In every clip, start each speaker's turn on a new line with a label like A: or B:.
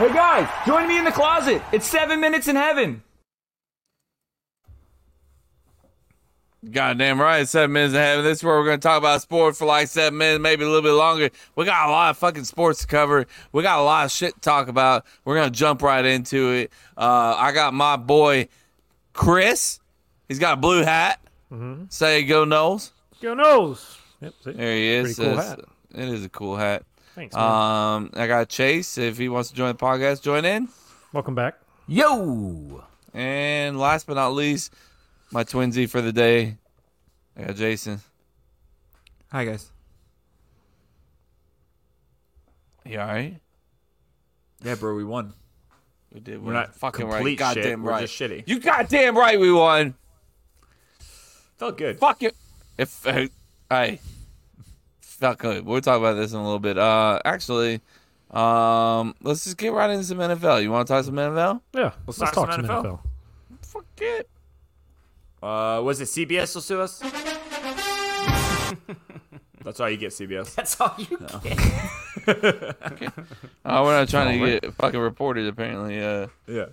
A: live. Join me in the closet. It's seven minutes in heaven.
B: Goddamn right, seven minutes in heaven. This is where we're going to talk about sports for like seven minutes, maybe a little bit longer. We got a lot of fucking sports to cover. We got a lot of shit to talk about. We're going to jump right into it. Uh, I got my boy Chris. He's got a blue hat.
C: Mm-hmm.
B: Say go Knowles.
C: Go nose. Yep, see?
B: There he is.
C: Pretty cool
B: It's-
C: hat.
B: It is a cool hat.
C: Thanks, man.
B: Um, I got Chase. If he wants to join the podcast, join in.
C: Welcome back.
A: Yo.
B: And last but not least, my twinsy for the day. I got Jason.
A: Hi guys.
B: You all right?
A: Yeah, bro, we won.
B: We did.
D: We're not
B: fucking right.
D: complete shit.
B: Goddamn
D: We're
B: right.
D: just shitty.
B: You goddamn right. We won.
D: Felt good.
B: Fuck it. If uh, I felt good. We'll talk about this in a little bit. Uh, actually, um, let's just get right into some NFL. You want to talk some NFL?
C: Yeah, let's,
D: talk
C: talk
D: some
C: some NFL.
D: NFL.
B: Fuck it.
D: Uh, was it CBS will sue us? That's all you get, CBS.
E: That's all you get.
B: Uh, we're not trying to get fucking reported. Apparently, uh,
D: Yeah.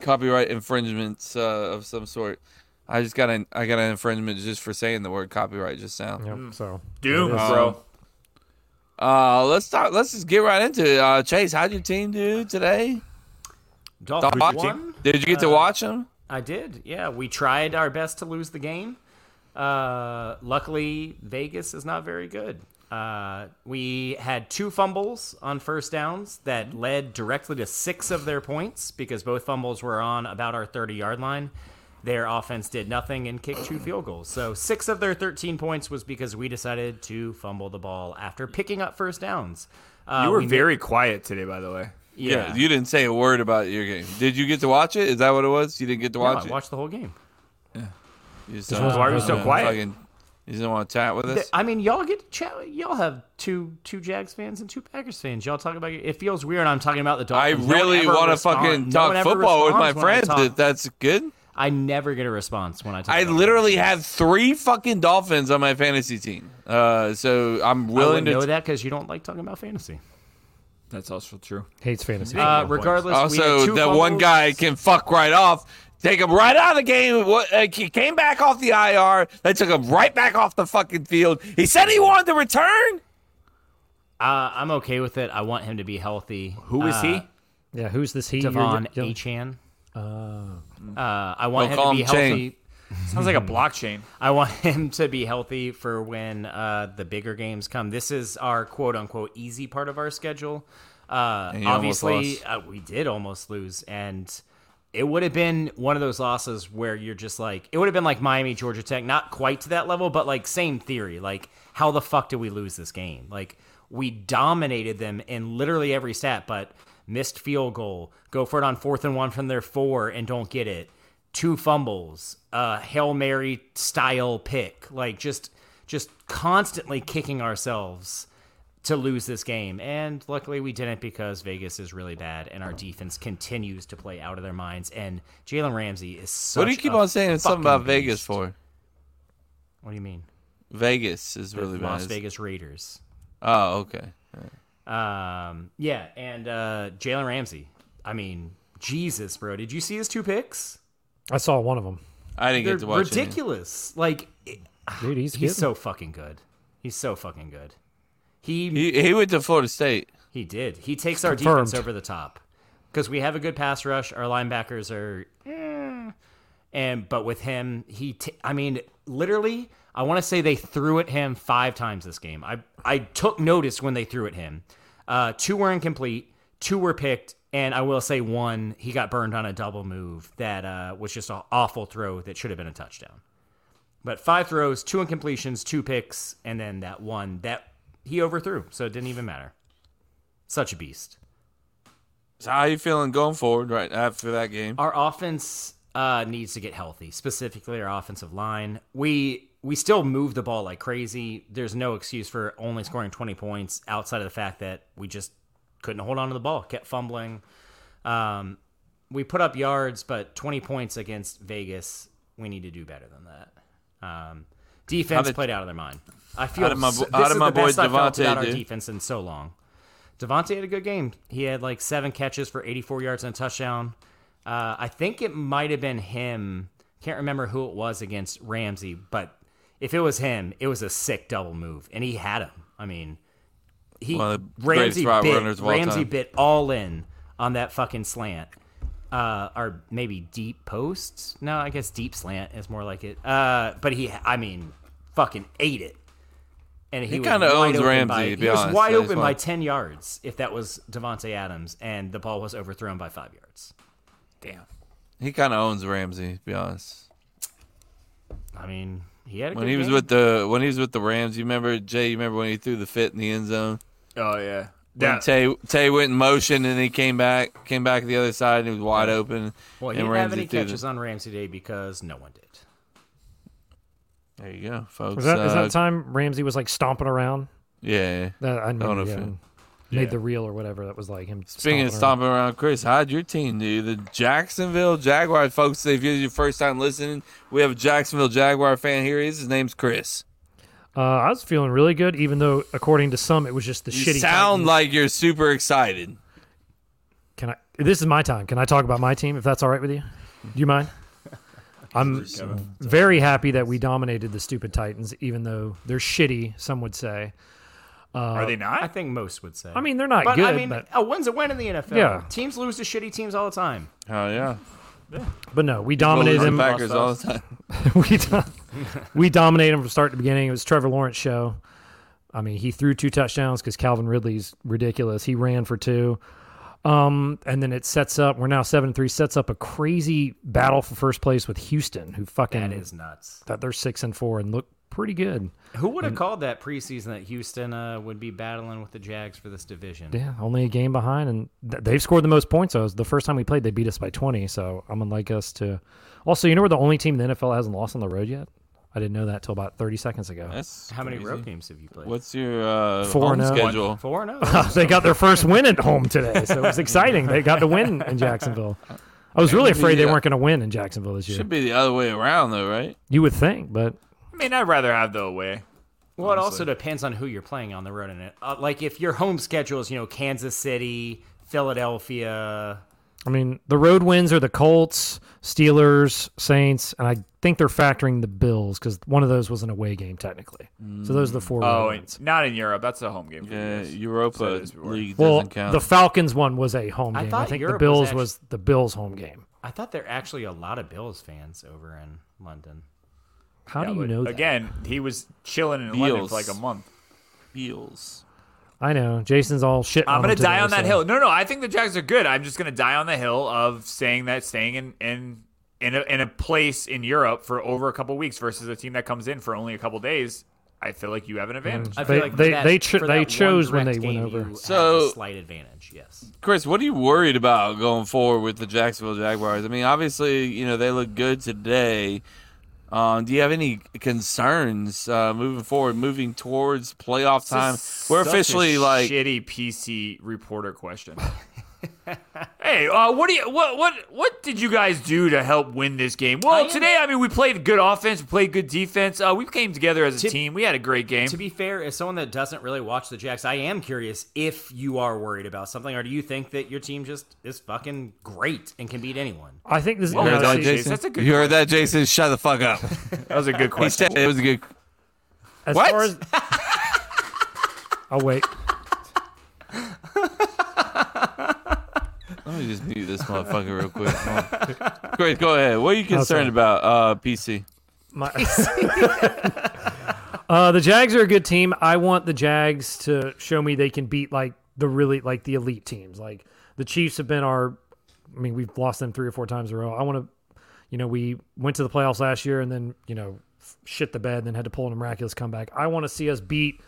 B: copyright infringements uh, of some sort. I just got an I got an infringement just for saying the word copyright just now.
C: Yep, so
D: Doom,
C: it is-
D: bro.
B: Uh, let's start. Let's just get right into it. Uh, Chase, how'd your team do today?
E: Dolphins
B: Thoughts?
E: won.
B: Did you get to watch them?
E: I did. Yeah, we tried our best to lose the game. Uh, luckily, Vegas is not very good. Uh, we had two fumbles on first downs that led directly to six of their points because both fumbles were on about our 30 yard line. Their offense did nothing and kicked two field goals. So, six of their 13 points was because we decided to fumble the ball after picking up first downs. Uh,
D: You were
E: we-
D: very quiet today, by the way.
E: yeah.
B: You didn't say a word about your game. Did you get to watch it? Is that what it was? You didn't get to
E: No, I
B: watch it.
E: watched the whole game.
B: You just
C: was why we were
B: you
C: so
B: know,
D: quiet.
B: Fucking, you didn't want to chat with us.
E: I mean, y'all get to chat. Y'all have two two Jags fans and two Packers fans. Y'all talk about it. Feels weird. I'm talking about the
B: I
E: Dolphins. No one
B: really
E: ever
B: want to
E: respond-
B: fucking
E: no
B: talk
E: one ever
B: football with my
E: responds when I
B: friends.
E: talk.
B: If that's good.
E: I never get a response when I talk.
B: I
E: about
B: literally have three fucking Dolphins on my fantasy team. Uh, so I'm
E: it. I
B: willing
E: wouldn't
B: to.
E: know that because you don't like talking about fantasy.
D: That's also true.
C: hates fantasy.
E: Uh, regardless, we had
B: also,
E: two
B: that one
E: fumbles.
B: guy can fuck right off. Take him right out of the game. What- uh, He came back off the IR. They took him right back off the fucking field. He said he wanted to return.
E: Uh, I'm okay with it. I want him to be healthy.
D: Who is
E: Uh,
D: he?
C: yeah, who's this? He you're-
E: Devon
C: you're-
E: Achan. Uh, I want
B: Oh. Well,
E: him
B: call
E: to
B: him
E: be
B: Chang.
E: healthy.
D: Sounds like a blockchain.
E: I want him to be healthy for when uh, the bigger games come. This is our quote unquote easy part of our schedule. Uh,
B: you almost
E: obviously, uh, we did almost lose, and it would have been one of those losses where you're just like, it would have been like Miami, Georgia Tech, not quite to that level, but like same theory. Like, how the fuck did we lose this game? Like, we dominated them in literally every stat, but missed field goal, go for it on fourth and one from their four and don't get it two fumbles, a Hail Mary style pick, like just just constantly kicking ourselves to lose this game. And luckily we didn't because Vegas is really bad and our defense continues to play out of their minds. And Jalen Ramsey is so
B: What do you keep on saying something about Vegas for?
E: What do you mean?
B: Vegas is really bad.
E: Las Vegas Raiders.
B: Oh, okay.
E: Um yeah, and uh Jalen Ramsey. I mean, Jesus, bro. Did you see his two picks?
C: I saw one of them.
B: I didn't
E: They're
B: get to watch any.
E: ridiculous. Like it-
C: Dude, he's,
E: He's
C: getting,
E: so fucking good. He's so fucking good. He he,
B: He, he went to Florida State.
E: did. He takes our
C: Confirmed.
E: defense over the top because we have a good pass rush. Our linebackers are, eh. and but with him, he. T- I mean, literally, I want to say they threw at him five times this game. I I took notice when they threw at him. Uh, two were incomplete. Two were picked, and I will say one he got burned on a double move that uh, was just an awful throw that should have been a touchdown. But five throws, two incompletions, two picks, and then that one that he overthrew. So it didn't even matter. Such a beast.
B: So how you feeling going forward right after that game?
E: Our offense uh, needs to get healthy, specifically our offensive line. We we still move the ball like crazy. There's no excuse for only scoring 20 points outside of the fact that we just couldn't hold on to the ball, kept fumbling. Um, we put up yards, but 20 points against Vegas. We need to do better than that. Um, defense
B: did-
E: played out of their mind. I feel
B: did my bo-
E: so- this
B: how did
E: is
B: my
E: the
B: boy
E: best I felt
B: Devontae
E: about our
B: do?
E: defense in so long. Devontae had a good game. He had like seven catches for 84 yards and a touchdown. Uh, I think it might have been him. Can't remember who it was against Ramsey, but if it was him, it was a sick double move, and he had him. I mean, he
B: One of the
E: Ramsey
B: greatest route
E: bit
B: runners of all
E: Ramsey
B: time.
E: bit all in on that fucking slant, uh, or maybe deep posts. No, I guess deep slant is more like it. Uh, but he, I mean, fucking ate it. And he, was
B: kinda
E: wide
B: owns
E: open
B: Ramsey,
E: by-
B: to be
E: he was
B: honest.
E: wide
B: That is
E: open
B: why.
E: by ten yards if that was Devonte Adams, and the ball was overthrown by five yards.
D: Damn.
B: He kind of owns Ramsey, to be honest.
E: I mean, he had a
B: When
E: good
B: he was
E: game.
B: with the when he was with the Rams, you remember Jay? You remember when he threw the fit in the end zone?
D: Oh yeah.
B: When
D: That,
B: Tay Tay went in motion and he came back, came back the other side and he was wide open.
E: well, he
B: and
E: didn't have any
B: threw the-
E: catches on Ramsey Day because no one did.
B: There you go, folks.
C: Was that, is
B: Uh,
C: that the time Ramsey was like stomping around?
B: yeah.
C: That I
B: know
C: remember,
B: if
C: yeah,
B: it-
C: and made the reel or whatever. That was like him.
B: Oh, Speaking of
C: stomping
B: stomping around, Chris, how'd your team do? The Jacksonville Jaguar folks. If you're your first time listening, we have a Jacksonville Jaguar fan here. His name's Chris.
C: around. Uh, I was feeling really good, even though according to some, it was just the
B: You
C: shitty.
B: sound
C: Titans.
B: like you're super excited.
C: Can I? This is my time. Can I talk about my team if that's all right with you? Do you mind? I'm very happy that we dominated the stupid Titans, even though they're shitty. Some would say.
D: are they
E: I
D: not?
E: think most would say.
C: I mean, they're not
E: but
C: good.
E: I mean,
C: but,
E: a win's a win in the NFL.
C: Yeah.
E: Teams lose to shitty teams all the time.
B: Oh yeah,
C: but no, we
B: Well,
C: dominated
B: losing
C: them.
B: Packers all the time.
C: we do- we dominated him from start to beginning. It was Trevor Lawrence show. I mean, he threw two touchdowns because Calvin Ridley's ridiculous. He ran for two. Um, and then it sets up. We're now seven and three. Sets up a crazy battle for first place with Houston, who fucking
E: That is nuts.
C: that they're six and four and look pretty good.
E: Who would have called that preseason that Houston uh, would be battling with the Jags for this division?
C: Yeah, only a game behind, and th- they've scored the most points. So the first time we played, they beat us by twenty. So I'm unlike us to. Also, you know we're the only team in the NFL hasn't lost on the road yet. I didn't know that till about thirty seconds ago.
B: That's
E: How many
B: crazy.
E: road games have you played?
B: What's your uh,
C: Four
B: home
C: and oh.
B: schedule?
E: Four and
C: Uh, they got their first win at home today, so it was exciting. They got the win in Jacksonville. I was really afraid they
B: Yeah.
C: weren't going to win in Jacksonville this year.
B: Should be the other way around though, right?
C: You would think, but
D: I mean, I'd rather have the away.
E: Well, it also depends on who you're playing on the road. And it, uh, like if your home schedule is, you know, Kansas City, Philadelphia,
C: I mean, the road wins are the Colts, Steelers, Saints, and I think they're factoring the Bills because one of those was an away game technically. So those are the four road
D: Oh,
C: wins.
D: and not in Europe. That's a home game. For
B: Yeah,
D: you guys. Said
B: Uh, Europa
D: it was before.
B: League doesn't
C: Well,
B: count.
C: the Falcons one was a home
E: I
C: game. I,
E: thought
C: think the
E: Europe was
C: Bills was,
E: actu-
C: the Bills' home game.
E: I thought there are actually a lot of Bills fans over in London.
C: How
D: Yeah,
C: do you
D: but
C: know that?
D: Again, he was chilling in London
B: Beals.
D: for like a month.
B: Feels.
C: I know Jason's all shit.
D: I'm gonna
C: them today,
D: die on that
C: so-
D: hill. No, no, I think the Jags are good. I'm just gonna die on the hill of saying that staying in in in a, in a place in Europe for over a couple weeks versus a team that comes in for only a couple days. I feel like you have an advantage.
E: I
C: They-
E: for
C: they- they cho-
E: for
C: they
E: one
C: chose when
E: direct
C: they went
E: game,
C: over.
E: you had
B: So-
E: a slight advantage, yes.
B: Chris, what are you worried about going forward with the Jacksonville Jaguars? I mean, obviously, you know they look good today. Um, do you have any concerns uh, moving forward, moving towards playoff time? We're
D: Such a
B: officially like
D: shitty PC reporter question. hey, uh, what do you what what what did you guys do to help win this game? Well,
E: am-
D: today I mean we played good offense, we played good defense. Uh, we came together as a
E: To-
D: team. We had a great game.
E: To be fair, as someone that doesn't really watch the Jacks, I am curious if you are worried about something, or do you think that your team just is fucking great and can beat anyone?
C: I think this.
D: Well,
B: You
C: no,
B: heard
D: that's
B: that,
D: a-
B: Jason?
D: that's a good
B: you heard that, Jason? Shut the fuck up.
D: that was a good
B: He
D: question.
B: said it was a good.
C: As
B: What?
C: far as I'll wait.
B: Let me just mute this motherfucker real quick. Come on. Chris, go ahead. What are you concerned about, uh, PC?
C: My- uh, the Jags are a good team. I want the Jags to show me they can beat like the really like the elite teams. Like the Chiefs have been our. I mean, we've lost them three or four times in a row. I want to, you know, we went to the playoffs last year and then you know shit the bed, and then had to pull in a miraculous comeback. I want to see us beat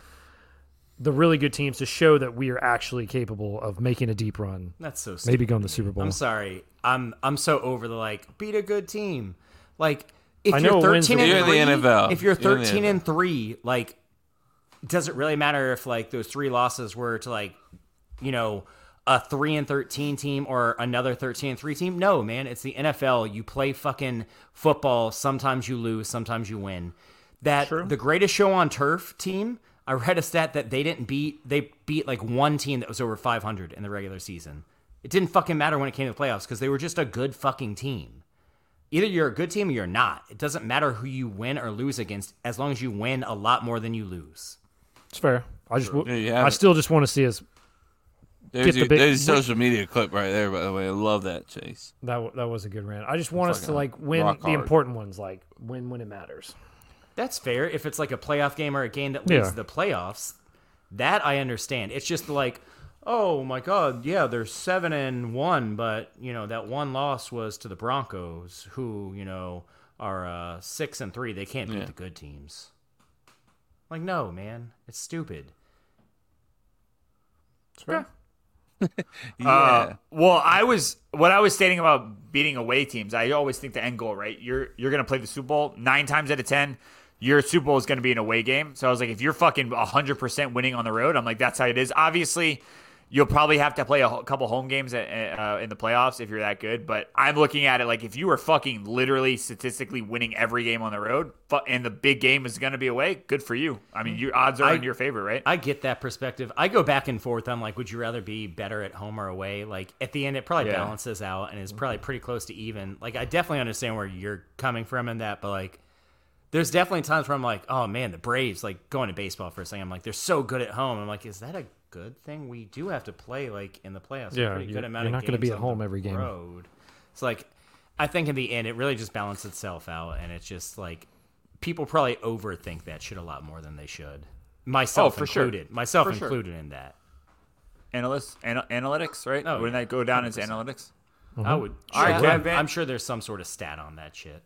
C: the really good teams to show that we are actually capable of making a deep run,
E: That's so stupid.
C: maybe going to the Super Bowl.
E: I'm sorry. I'm I'm so over the like beat a good team. Like if
C: I know
E: you're
C: it wins
E: 13
C: the-
E: and
B: You're in the
E: three,
B: NFL.
E: if you're
B: You're in the
E: 13 and three, like does it really matter if like those three losses were to like you know a three and 13 team or another 13 and three team? No, man. It's the NFL. You play fucking football. Sometimes you lose. Sometimes you win. That the greatest show on turf team. I read a stat that they didn't beat. They beat like one team that was over 500 in the regular season. It didn't fucking matter when it came to the playoffs because they were just a good fucking team. Either you're a good team or you're not. It doesn't matter who you win or lose against, as long as you win a lot more than you lose.
C: It's fair. I just, w-
B: There you have
C: I
B: it.
C: still just want to see us.
B: There's,
C: the
B: your,
C: big-
B: there's your social media clip right there, by the way. I love that, Chase.
C: That w- that was a good rant. I just want us to like win
B: rock
C: the
B: hard.
C: important ones, like win when it matters.
E: That's fair. If it's like a playoff game or a game that leads
C: Yeah.
E: to the playoffs, that I understand. It's just like, oh my god, yeah, they're seven and one, but you know that one loss was to the Broncos, who you know are uh, six and three. They can't beat the good teams. Like, no, man, it's stupid.
B: Yeah.
D: Uh, well, I was what I was stating about beating away teams. I always think the end goal, right? You're you're gonna play the Super Bowl nine times out of ten. Your Super Bowl is gonna be an away game. So I was like, if you're fucking hundred percent winning on the road, I'm like, that's how it is. Obviously, you'll probably have to play a ho- couple home games at, uh, in the playoffs if you're that good. But I'm looking at it like if you were fucking literally statistically winning every game on the road, fu- and the big game is gonna be away, good for you. I mean, your odds are
E: I-
D: in your favor, right?
E: I get that perspective. I go back and forth on like, would you rather be better at home or away? Like at the end, it probably
D: Yeah.
E: balances out and is
C: Mm-hmm.
E: probably pretty close to even. Like I definitely understand where you're coming from in that, but like, there's definitely times where I'm like, oh man, the Braves like going to baseball for a second. I'm like, they're so good at home. I'm like, is that a good thing? We do have to play like in the playoffs. a
C: Yeah,
E: pretty
C: you-
E: good amount
C: you're
E: of
C: not gonna
E: games
C: be at
E: on
C: home
E: the
C: every game.
E: Road. It's like, I think in the end, it really just balances itself out, and it's just like people probably overthink that shit a lot more than they should. Myself
D: Oh, for sure.
E: included. Myself
D: For sure.
E: included in that.
D: Analysts, ana- analytics, right?
E: Oh,
D: Wouldn't
E: yeah.
D: that go down into analytics?
E: I would.
D: All right,
E: I'm-
D: Kevin.
E: I'm sure there's some sort of stat on that shit.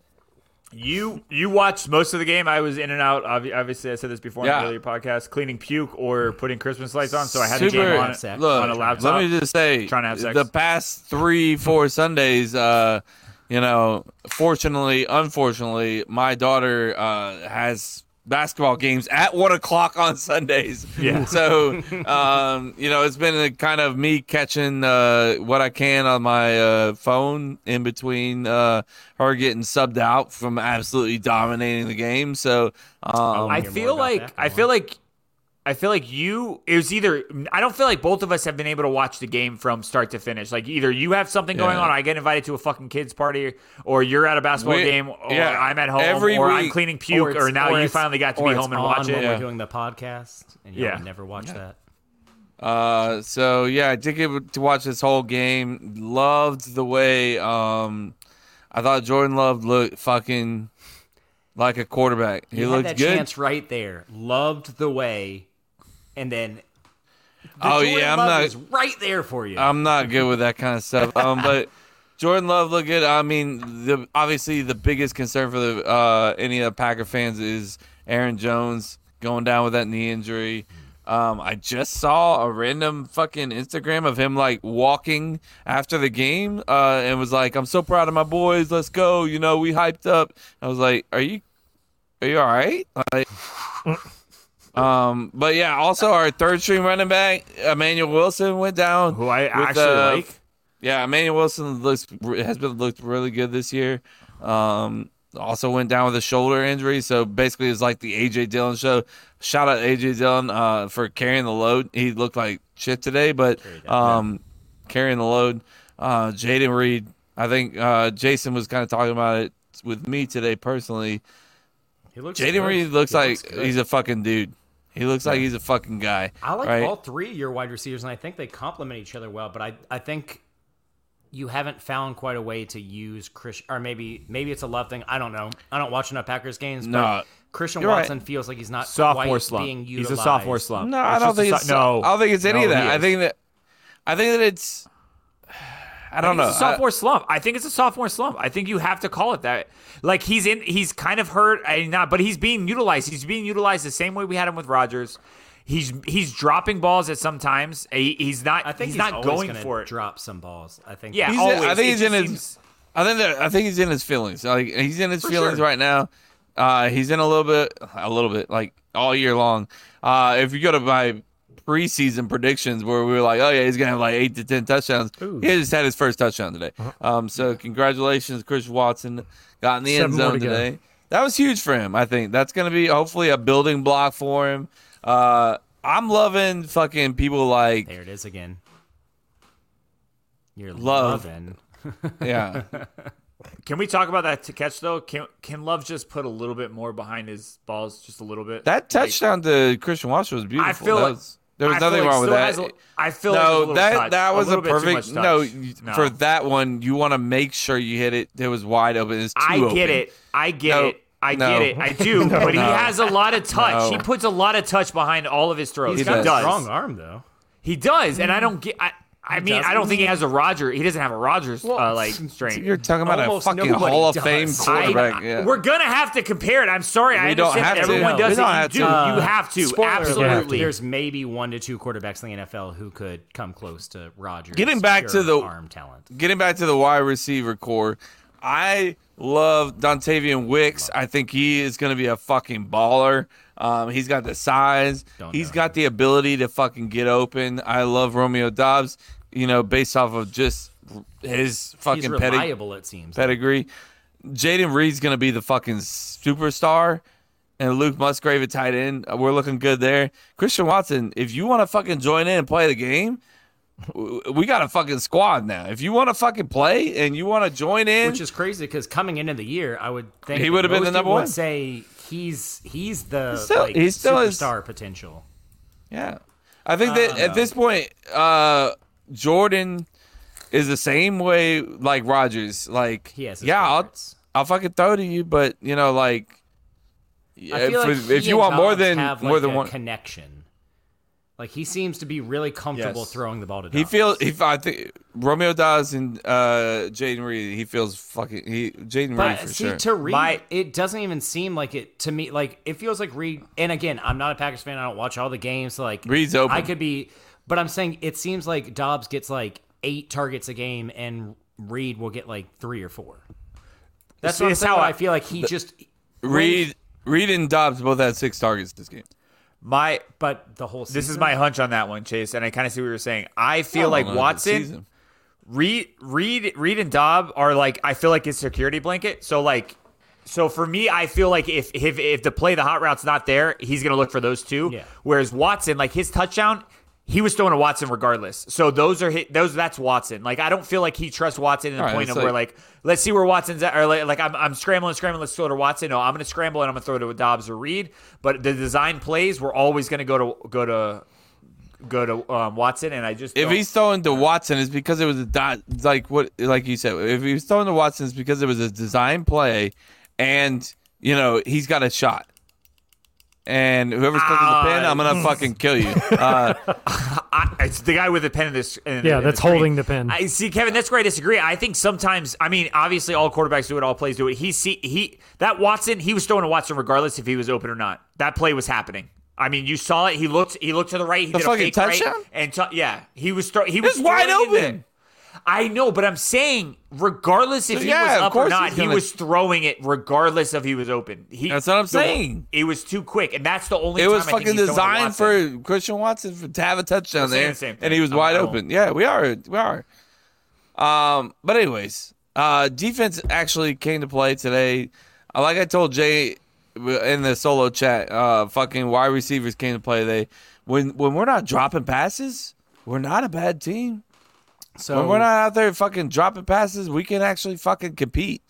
D: You you watched most of the game. I was in and out. Obvi- Obviously, I said this before
B: Yeah.
D: on earlier podcast: cleaning puke or putting Christmas lights on. So I had the
B: Super.
D: game on,
E: sex.
B: Look,
D: on a laptop.
B: let me just say,
D: Trying to have sex.
B: the past three, four Sundays, uh, you know, fortunately, unfortunately, my daughter uh, has basketball games at one o'clock on Sundays.
D: Yeah.
B: So, um, you know, it's been a kind of me catching uh, what I can on my uh, phone in between uh, her getting subbed out from absolutely dominating the game. So, um,
D: I
E: hear more
D: feel
E: about
D: like
E: that. Go
D: I feel like I feel like you it was either I don't feel like both of us have been able to watch the game from start to finish. Like either you have something going
B: Yeah.
D: on, I get invited to a fucking kids party, or you're at a basketball
B: We-
D: game, or
B: yeah,
D: I'm at home,
B: every
D: or I'm
B: week-
D: cleaning puke, or,
E: it's-
D: now you
E: it's-
D: finally got to
E: or
D: be
E: it's
D: home and
E: on
D: watch
E: when
D: it.
B: Yeah.
E: We're doing the podcast, and you
D: Yeah.
E: would never watch that.
B: Uh, so yeah, I did get to watch this whole game. Loved the way um, I thought Jordan Love looked fucking like a quarterback. He
E: You had
B: looked
E: that
B: good.
E: chance right there. Loved the way, and then the
B: oh
E: Jordan
B: yeah, I'm
E: Love
B: not.
E: is right there for you.
B: I'm not good with that kind of stuff. Um, but Jordan Love looked good. I mean, the obviously the biggest concern for the uh, any of the Packer fans is Aaron Jones going down with that knee injury. Um, I just saw a random fucking Instagram of him like walking after the game uh, and was like, "I'm so proud of my boys. Let's go." You know, we hyped up. I was like, "Are you are you all right?" Like,
D: Mm.
B: um, but yeah. Also, our third string running back Emmanuel Wilson went down.
D: Who I
B: with,
D: actually
B: uh,
D: like.
B: Yeah, Emmanuel Wilson looks has been looked really good this year. Um, also went down with a shoulder injury, so basically it's like the AJ Dillon show. Shout out AJ Dillon uh, for carrying the load. He looked like shit today, but um, carrying the load. Uh, Jaden Reed, I think uh, Jason was kind of talking about it with me today personally.
E: He looks
B: Jaden
E: good.
B: Reed looks
E: He
B: like
E: good.
B: he's a fucking dude. He looks like he's a fucking guy.
E: I like
B: right?
E: all three of your wide receivers, and I think they complement each other well. But I, I think you haven't found quite a way to use Chris, or maybe maybe it's a love thing. I don't know. I don't watch enough Packers games.
B: No.
E: but Christian
B: You're right.
E: Watson feels like he's not
D: Sophomore
E: quite
D: slump.
E: being
D: He's
E: utilized.
D: a sophomore slump.
B: No, I
D: It's
B: don't
D: just a
B: think
D: so-
B: it's.
D: no.
B: I don't think it's any of
D: No,
B: that.
D: he
B: I
D: is.
B: think that. I think that it's. I don't know.
D: It's a sophomore slump. I think it's a sophomore slump. I think you have to call it that. Like he's in, he's kind of hurt, I not, but he's being utilized. He's being utilized the same way we had him with Rodgers. He's he's dropping balls at some times. He- he's not.
E: I think
D: he's, not
E: always
D: going
E: gonna
D: for it.
E: Drop some balls. I think.
D: yeah,
B: He's in-
D: always.
B: I think
D: It
B: he's
D: just
B: in his-
D: seems-
B: I think that I think he's in his feelings. Like he's in his feelings
D: sure.
B: right now. Uh, he's in a little bit, a little bit, like all year long. Uh, if you go to my preseason predictions, where we were like, oh yeah, he's gonna have like eight to ten touchdowns. He just had his first touchdown today.
D: Uh-huh.
B: Um, so congratulations, Chris Watson, got in the
C: Seven
B: end
C: more
B: zone
C: to go.
B: today. That was huge for him. I think that's gonna be hopefully a building block for him. Uh, I'm loving fucking people like
E: There it is again. You're
B: Love.
E: loving.
B: yeah.
D: Can we talk about that to catch though? Can can Love just put a little bit more behind his balls, just a little bit?
B: That
D: Like,
B: touchdown to Christian Watson was beautiful.
D: I feel
B: That
D: like-
B: was- there was
D: I feel
B: nothing
D: like
B: wrong with
D: still
B: that.
D: has a- I feel like it was a
B: no,
D: little
B: that
D: touch,
B: that
D: a
B: was a,
D: little bit too
B: perfect.
D: much touch.
B: No, you-
D: No.
B: for that one, you want to make sure you hit it. It was wide open. It's too
D: I get
B: open.
D: it. I get
B: No.
D: it. I
B: No.
D: get it. I do. but he
B: No.
D: has a lot of
B: No.
D: touch. He puts a lot of touch behind all of his throws.
B: He's
D: he
B: got
D: does.
B: a
E: Strong arm though.
D: He does. And I don't get. I, I mean, I don't think he has a Roger. He doesn't have a Rogers uh, like strength.
B: You're talking about
E: Almost
B: a fucking
E: nobody
B: Hall of
E: does.
B: Fame
E: I-
B: quarterback.
D: I-
B: yeah.
D: We're gonna have to compare it. I'm sorry. I
B: We don't
D: understand
B: have to.
D: everyone
B: No, we
D: does
B: don't
D: it. You
B: have
D: do.
B: to. Uh,
D: you have to.
B: spoiler alert.
D: Absolutely.
E: There's maybe one to two quarterbacks in the NFL who could come close to Rogers.
B: Getting back to
E: pure
B: the-
E: arm talent.
B: getting back to the wide receiver core, I love Dontavian Wicks. I think he is going to be a fucking baller. Um, he's got the size.
E: Don't
B: He's
E: know.
B: got the ability to fucking get open. I love Romeo Dobbs. You know, based off of just his
E: He's
B: fucking pedigree.
E: reliable. It seems.
B: pedigree. Jaden Reed's gonna be the fucking superstar, and Luke Musgrave at tight end. Uh, We're looking good there. Christian Watson, if you want to fucking join in and play the game, w- we got a fucking squad now. If you want to fucking play and you want to join in,
E: which is crazy because coming into the year, I would think
B: He
E: that
B: would have been
E: most
B: the number
E: people would
B: one.
E: Say he's he's the
B: still-
E: like,
B: he still is-
E: superstar potential.
B: yeah, I think that at this point, uh, Jordan is the same way like Rogers. Like,
E: He has his
B: yeah, I'll,
E: favorites.
B: I'll fucking throw to you, but you know, like.
E: I feel
B: if,
E: like
B: if
E: he
B: you
E: and
B: want more
E: Dobbs
B: than
E: have,
B: more
E: like,
B: than
E: a
B: one
E: connection, like he seems to be really comfortable
B: Yes.
E: throwing the ball to.
B: He
E: Dobbs.
B: feels if I think Romeo Dobbs and uh, Jaden Reed, he feels fucking he Jaden Reed
E: But
B: for
E: see,
B: sure.
E: to Reed,
D: My-
E: it doesn't even seem like it to me. Like it feels like Reed. And again, I'm not a Packers fan. I don't watch all the games. So like
B: Reed's open.
E: I could be, but I'm saying it seems like Dobbs gets like eight targets a game, and Reed will get like three or four. That's
D: See,
E: what I'm
D: that's
E: saying.
D: how
E: why
D: I-
E: I feel like he just
B: Reed Reed and Dobbs both had six targets this game.
D: My
E: But the whole season,
D: This is my hunch on that one, Chase, and I kind of see what you're saying. I feel
B: I
D: like
B: don't know, the
D: Watson,
B: season.
D: Reed, Reed, Reed, and Dobb are like I feel like his security blanket. So like, so for me, I feel like if if if the play the hot route's not there, he's gonna look for those two.
E: Yeah.
D: Whereas Watson, like his touchdown, he was throwing to Watson regardless. So those are his, those. That's Watson. Like I don't feel like he trusts Watson in the
B: All right,
D: point of
B: it's
D: where
B: like-
D: like let's see where Watson's at, or like, like I'm I'm scrambling, scrambling. Let's throw to Watson. No, I'm gonna scramble and I'm gonna throw to Dobbs or Reed. But the design plays were always gonna go to go to go to um, Watson, and I just
B: If
D: don't-
B: he's throwing to Watson, it's because it was a dot like what like you said. If he was throwing to Watson, it's because it was a design play, and you know he's got a shot. And whoever's clicking the pin, I'm gonna fucking kill you. Uh,
D: I, it's the guy with the pen in this. In,
C: Yeah,
D: in
C: that's
D: screen.
C: holding the pen.
D: I see, Kevin. That's where I disagree. I think sometimes, I mean, obviously, all quarterbacks do it, all plays do it. He see he that Watson, he was throwing to Watson regardless if he was open or not. That play was happening. I mean, you saw it. He looked. He looked to the right. He did
B: fucking
D: a fake
B: touchdown?
D: right, and t- yeah, he was. Throw, he
B: It's
D: was throwing
B: wide
D: in there.
B: open.
D: I know, but I'm saying, regardless if he
B: yeah, of
D: was up
B: course
D: or
B: he's
D: not, he
B: gonna-
D: was throwing it regardless if he was open. He,
B: That's what I'm
D: the-
B: saying.
D: It was too quick, and that's the only.
B: It was
D: time I think
B: fucking
D: he's throwing to
B: designed
D: Watson.
B: for Christian Watson for, to have a touchdown
D: saying
B: there,
D: the same thing.
B: and he was
D: I'm-
B: wide
D: I won't-
B: open. Yeah, we are. We are. Um, but anyways, uh, defense actually came to play today. Uh, Like I told Jay in the solo chat, uh, fucking wide receivers came to play today. When when we're not dropping passes, we're not a bad team.
E: so
B: When we're not out there fucking dropping passes, we can actually fucking compete.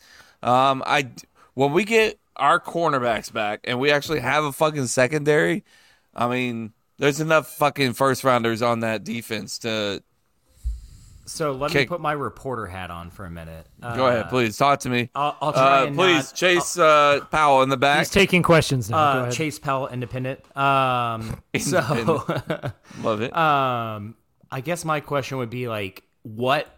B: Um, I when we get our cornerbacks back and we actually have a fucking secondary, I mean, there's enough fucking first rounders on that defense to
E: so. Let me
B: kick-
E: put my reporter hat on for a minute. Uh,
B: go ahead. Please talk to me.
E: I'll- I'll try
B: Uh,
E: and
B: please
E: not-
B: chase uh, Powell in the back.
C: He's taking questions now. Go
E: Uh,
C: ahead.
E: Chase Powell, independent. Um, so.
B: Love it.
E: Um, I guess my question would be like, what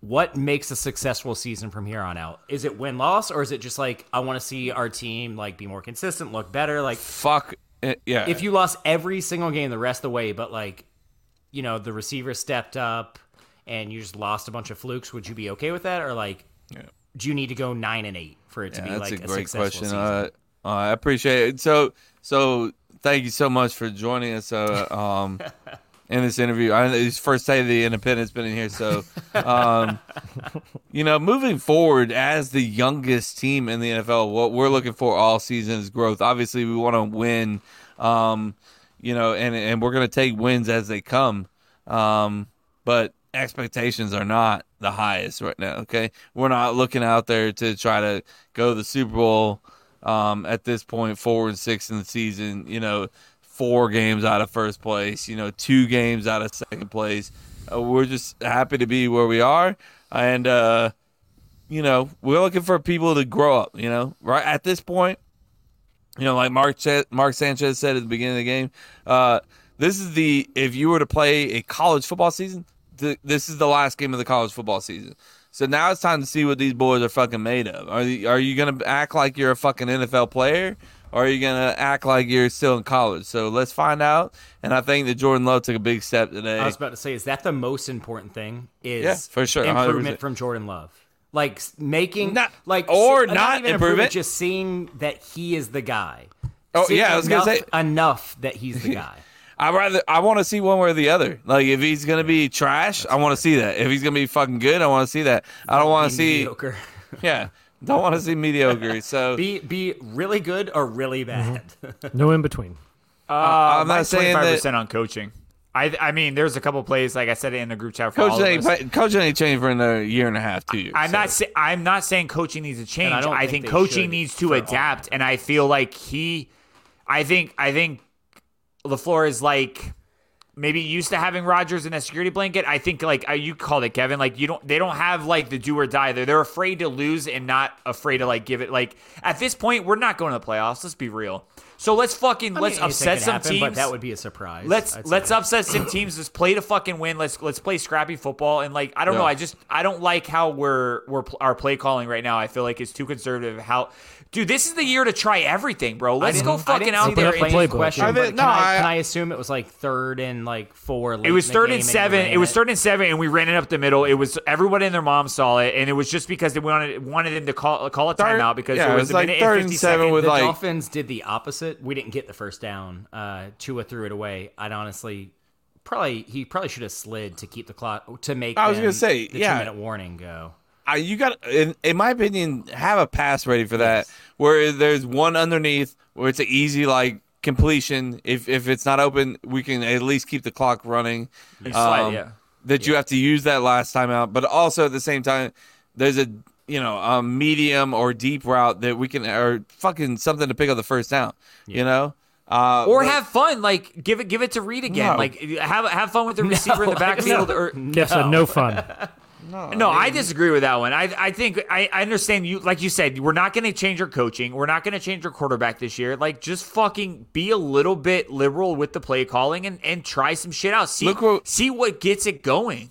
E: what makes a successful season from here on out? Is it win loss or is it just like I want to see our team like be more consistent, look better? Like
B: Fuck. it. Yeah.
E: if you lost every single game the rest of the way, but like you know the receiver stepped up and you just lost a bunch of flukes, would you be okay with that or like do you need to go nine and eight for it to
B: Yeah,
E: be
B: that's
E: like a,
B: a great
E: successful
B: question.
E: season?
B: Uh, uh, I appreciate it. So, so thank you so much for joining us. Uh, um, in this interview, I, it's first day of the independence been in here. So, um, you know, moving forward as the youngest team in the NFL, what we're looking for all season is growth. Obviously, we want to win. Um, you know, and and we're gonna take wins as they come. Um, but expectations are not the highest right now. Okay, we're not looking out there to try to go to the Super Bowl. Um, at this point, four and six in the season, you know, four games out of first place, you know, two games out of second place. Uh, we're just happy to be where we are, and uh, you know, we're looking for people to grow up. You know, right at this point, you know, like Mark Ch- Mark Sanchez said at the beginning of the game, uh, this is the if you were to play a college football season, th- this is the last game of the college football season. So now it's time to see what these boys are fucking made of. Are you, are you gonna act like you're a fucking NFL player? Or are you gonna act like you're still in college? So let's find out. And I think that Jordan Love took a big step today.
E: I was about to say, is that the most important thing? Is
B: Yeah, for sure, 100%.
E: improvement from Jordan Love, like s- making
B: Not-
E: like
B: or
E: se-
B: not
E: even
B: improvement.
E: just seeing that he is the guy.
B: Oh,
E: Seeing
B: yeah, I was gonna
E: enough-
B: say-
E: enough that he's the guy.
B: I rather I want to see one way or the other. Like if he's gonna be trash, I want to see that. If he's gonna be fucking good, I want to see that. I don't want to see.
E: Mediocre.
B: Yeah, don't want to see mediocre. So
E: Be be really good or really bad.
C: No in between.
B: I'm not
D: Mine's
B: saying
D: 25%
B: that.
D: on coaching. I I mean, there's a couple plays like I said in the group chat for all
B: Coach
D: of
B: ain't,
D: us.
B: play- coach ain't changed for another year and a half, two years.
D: I'm
B: so.
D: not. Say, I'm not saying coaching needs to change.
E: I
D: I,
E: don't think
D: think,
E: they should
D: coaching needs to
E: for all
D: adapt, and I feel like he. I think. I think. Lafleur is like maybe used to having Rodgers in a security blanket. I think like uh, you called it, Kevin. Like you don't. They don't have like the do or die. They're they're afraid to lose and not afraid to like give it. Like at this point, we're not going to the playoffs. Let's be real. So let's fucking
E: I mean,
D: let's
E: anything
D: upset
E: could
D: some
E: happen,
D: teams.
E: but that would be a surprise.
D: Let's
E: I'd say.
D: let's upset some teams. Let's play to fucking win. Let's let's play scrappy football. And like I don't know,
B: Yeah.
D: I just I don't like how we're we're pl- our play calling right now. I feel like it's too conservative. How, dude, this is the year to try everything, bro. Let's
E: didn't-
D: go
E: I didn't
D: fucking out
E: see
D: there.
E: the
C: Open up
D: and-
C: the
E: play
C: playbook.
E: question.
B: I
E: but
B: didn't-
E: can,
B: no,
E: I,
B: I-
E: can I assume it was like third and like four? Late
D: It was
E: in the
D: third
E: game
D: and
E: you
D: seven.
E: ran
D: It was
E: it?
D: third and seven, and we ran it up the middle. It was everyone and their mom saw it, and it was just because they wanted wanted them to call call a
B: Third-
D: timeout because
B: yeah,
D: it
B: it
D: was,
B: was
D: a
B: like
D: minute
B: third and
D: and 50
B: seven
D: seconds.
B: with,
E: the
B: like-
E: Dolphins did the opposite. We didn't get the first down. Uh, Tua threw it away. I'd honestly probably he probably should have slid to keep the clock to make.
B: I was
E: them
B: gonna say,
E: the
B: yeah.
E: two minute warning go.
B: I, you got, in, in my opinion, have a pass ready for that. Where there's one underneath, where it's an easy like completion. If if it's not open, we can at least keep the clock running.
D: slide,
B: Um,
D: yeah.
B: That you have to use that last time out, but also at the same time, there's a you know a medium or deep route that we can or fucking something to pick up the first down. You know, uh,
D: Or
B: but-
D: have fun, like give it, give it to Reed again.
B: No.
D: Like have have fun with the receiver in the
E: I-
D: backfield, or
C: Jeff said no fun.
D: No,
E: Um,
D: I disagree with that one. I I think I, I understand you like you said, we're not gonna change our coaching. We're not gonna change our quarterback this year. Like just fucking be a little bit liberal with the play calling and, and try some shit out. See
B: Look what-
D: see what gets it going.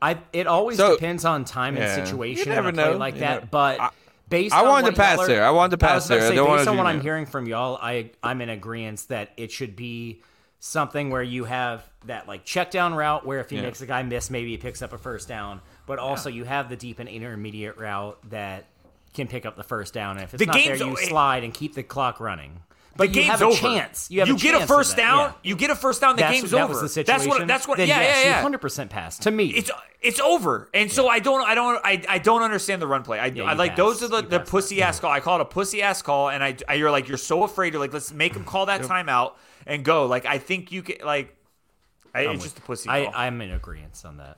E: I it always
B: So-
E: depends on time
B: Yeah.
E: and situation.
B: You
E: in a
B: never
E: play
B: know.
E: like
B: You
E: that,
B: never-
E: but. Based
B: I
E: on
B: wanted
E: what
B: to pass
E: y'all are-
B: there. I wanted to
E: I was
B: pass
E: about
B: there. I
E: Say,
B: don't wanna
E: based on
B: do
E: what
B: that.
E: I'm hearing from y'all, I I'm in agreement that it should be something where you have that like check down route where if he makes a guy miss, maybe he picks up a first down, but also you have the deep and intermediate route that can pick up the first down. And if it's
D: The
E: not there,
D: game's
E: you
D: o-
E: slide and keep the clock running.
D: The
E: But you
D: game's
E: have a
D: over.
E: chance. You have a
D: get
E: chance
D: a
E: of
D: first
E: that,
D: down.
E: yeah.
D: You get a first down. The
E: That's-
D: game's
E: that
D: over.
E: was the
D: That's
E: situation.
D: what. That's what.
E: Then
D: yeah,
E: yes,
D: yeah, yeah.
E: Hundred percent pass to me.
D: it's it's over. And so I don't I don't I, I don't understand the run play. I,
E: you
D: I like
E: passed.
D: those are the,
E: You
D: the
E: passed
D: pussy ass call. I call it a pussy ass call, and I, I you're like you're so afraid. You're like let's make him call that timeout and go. Like I think you can like. I, it's just a pussy call.
E: I, I'm in agreement on that.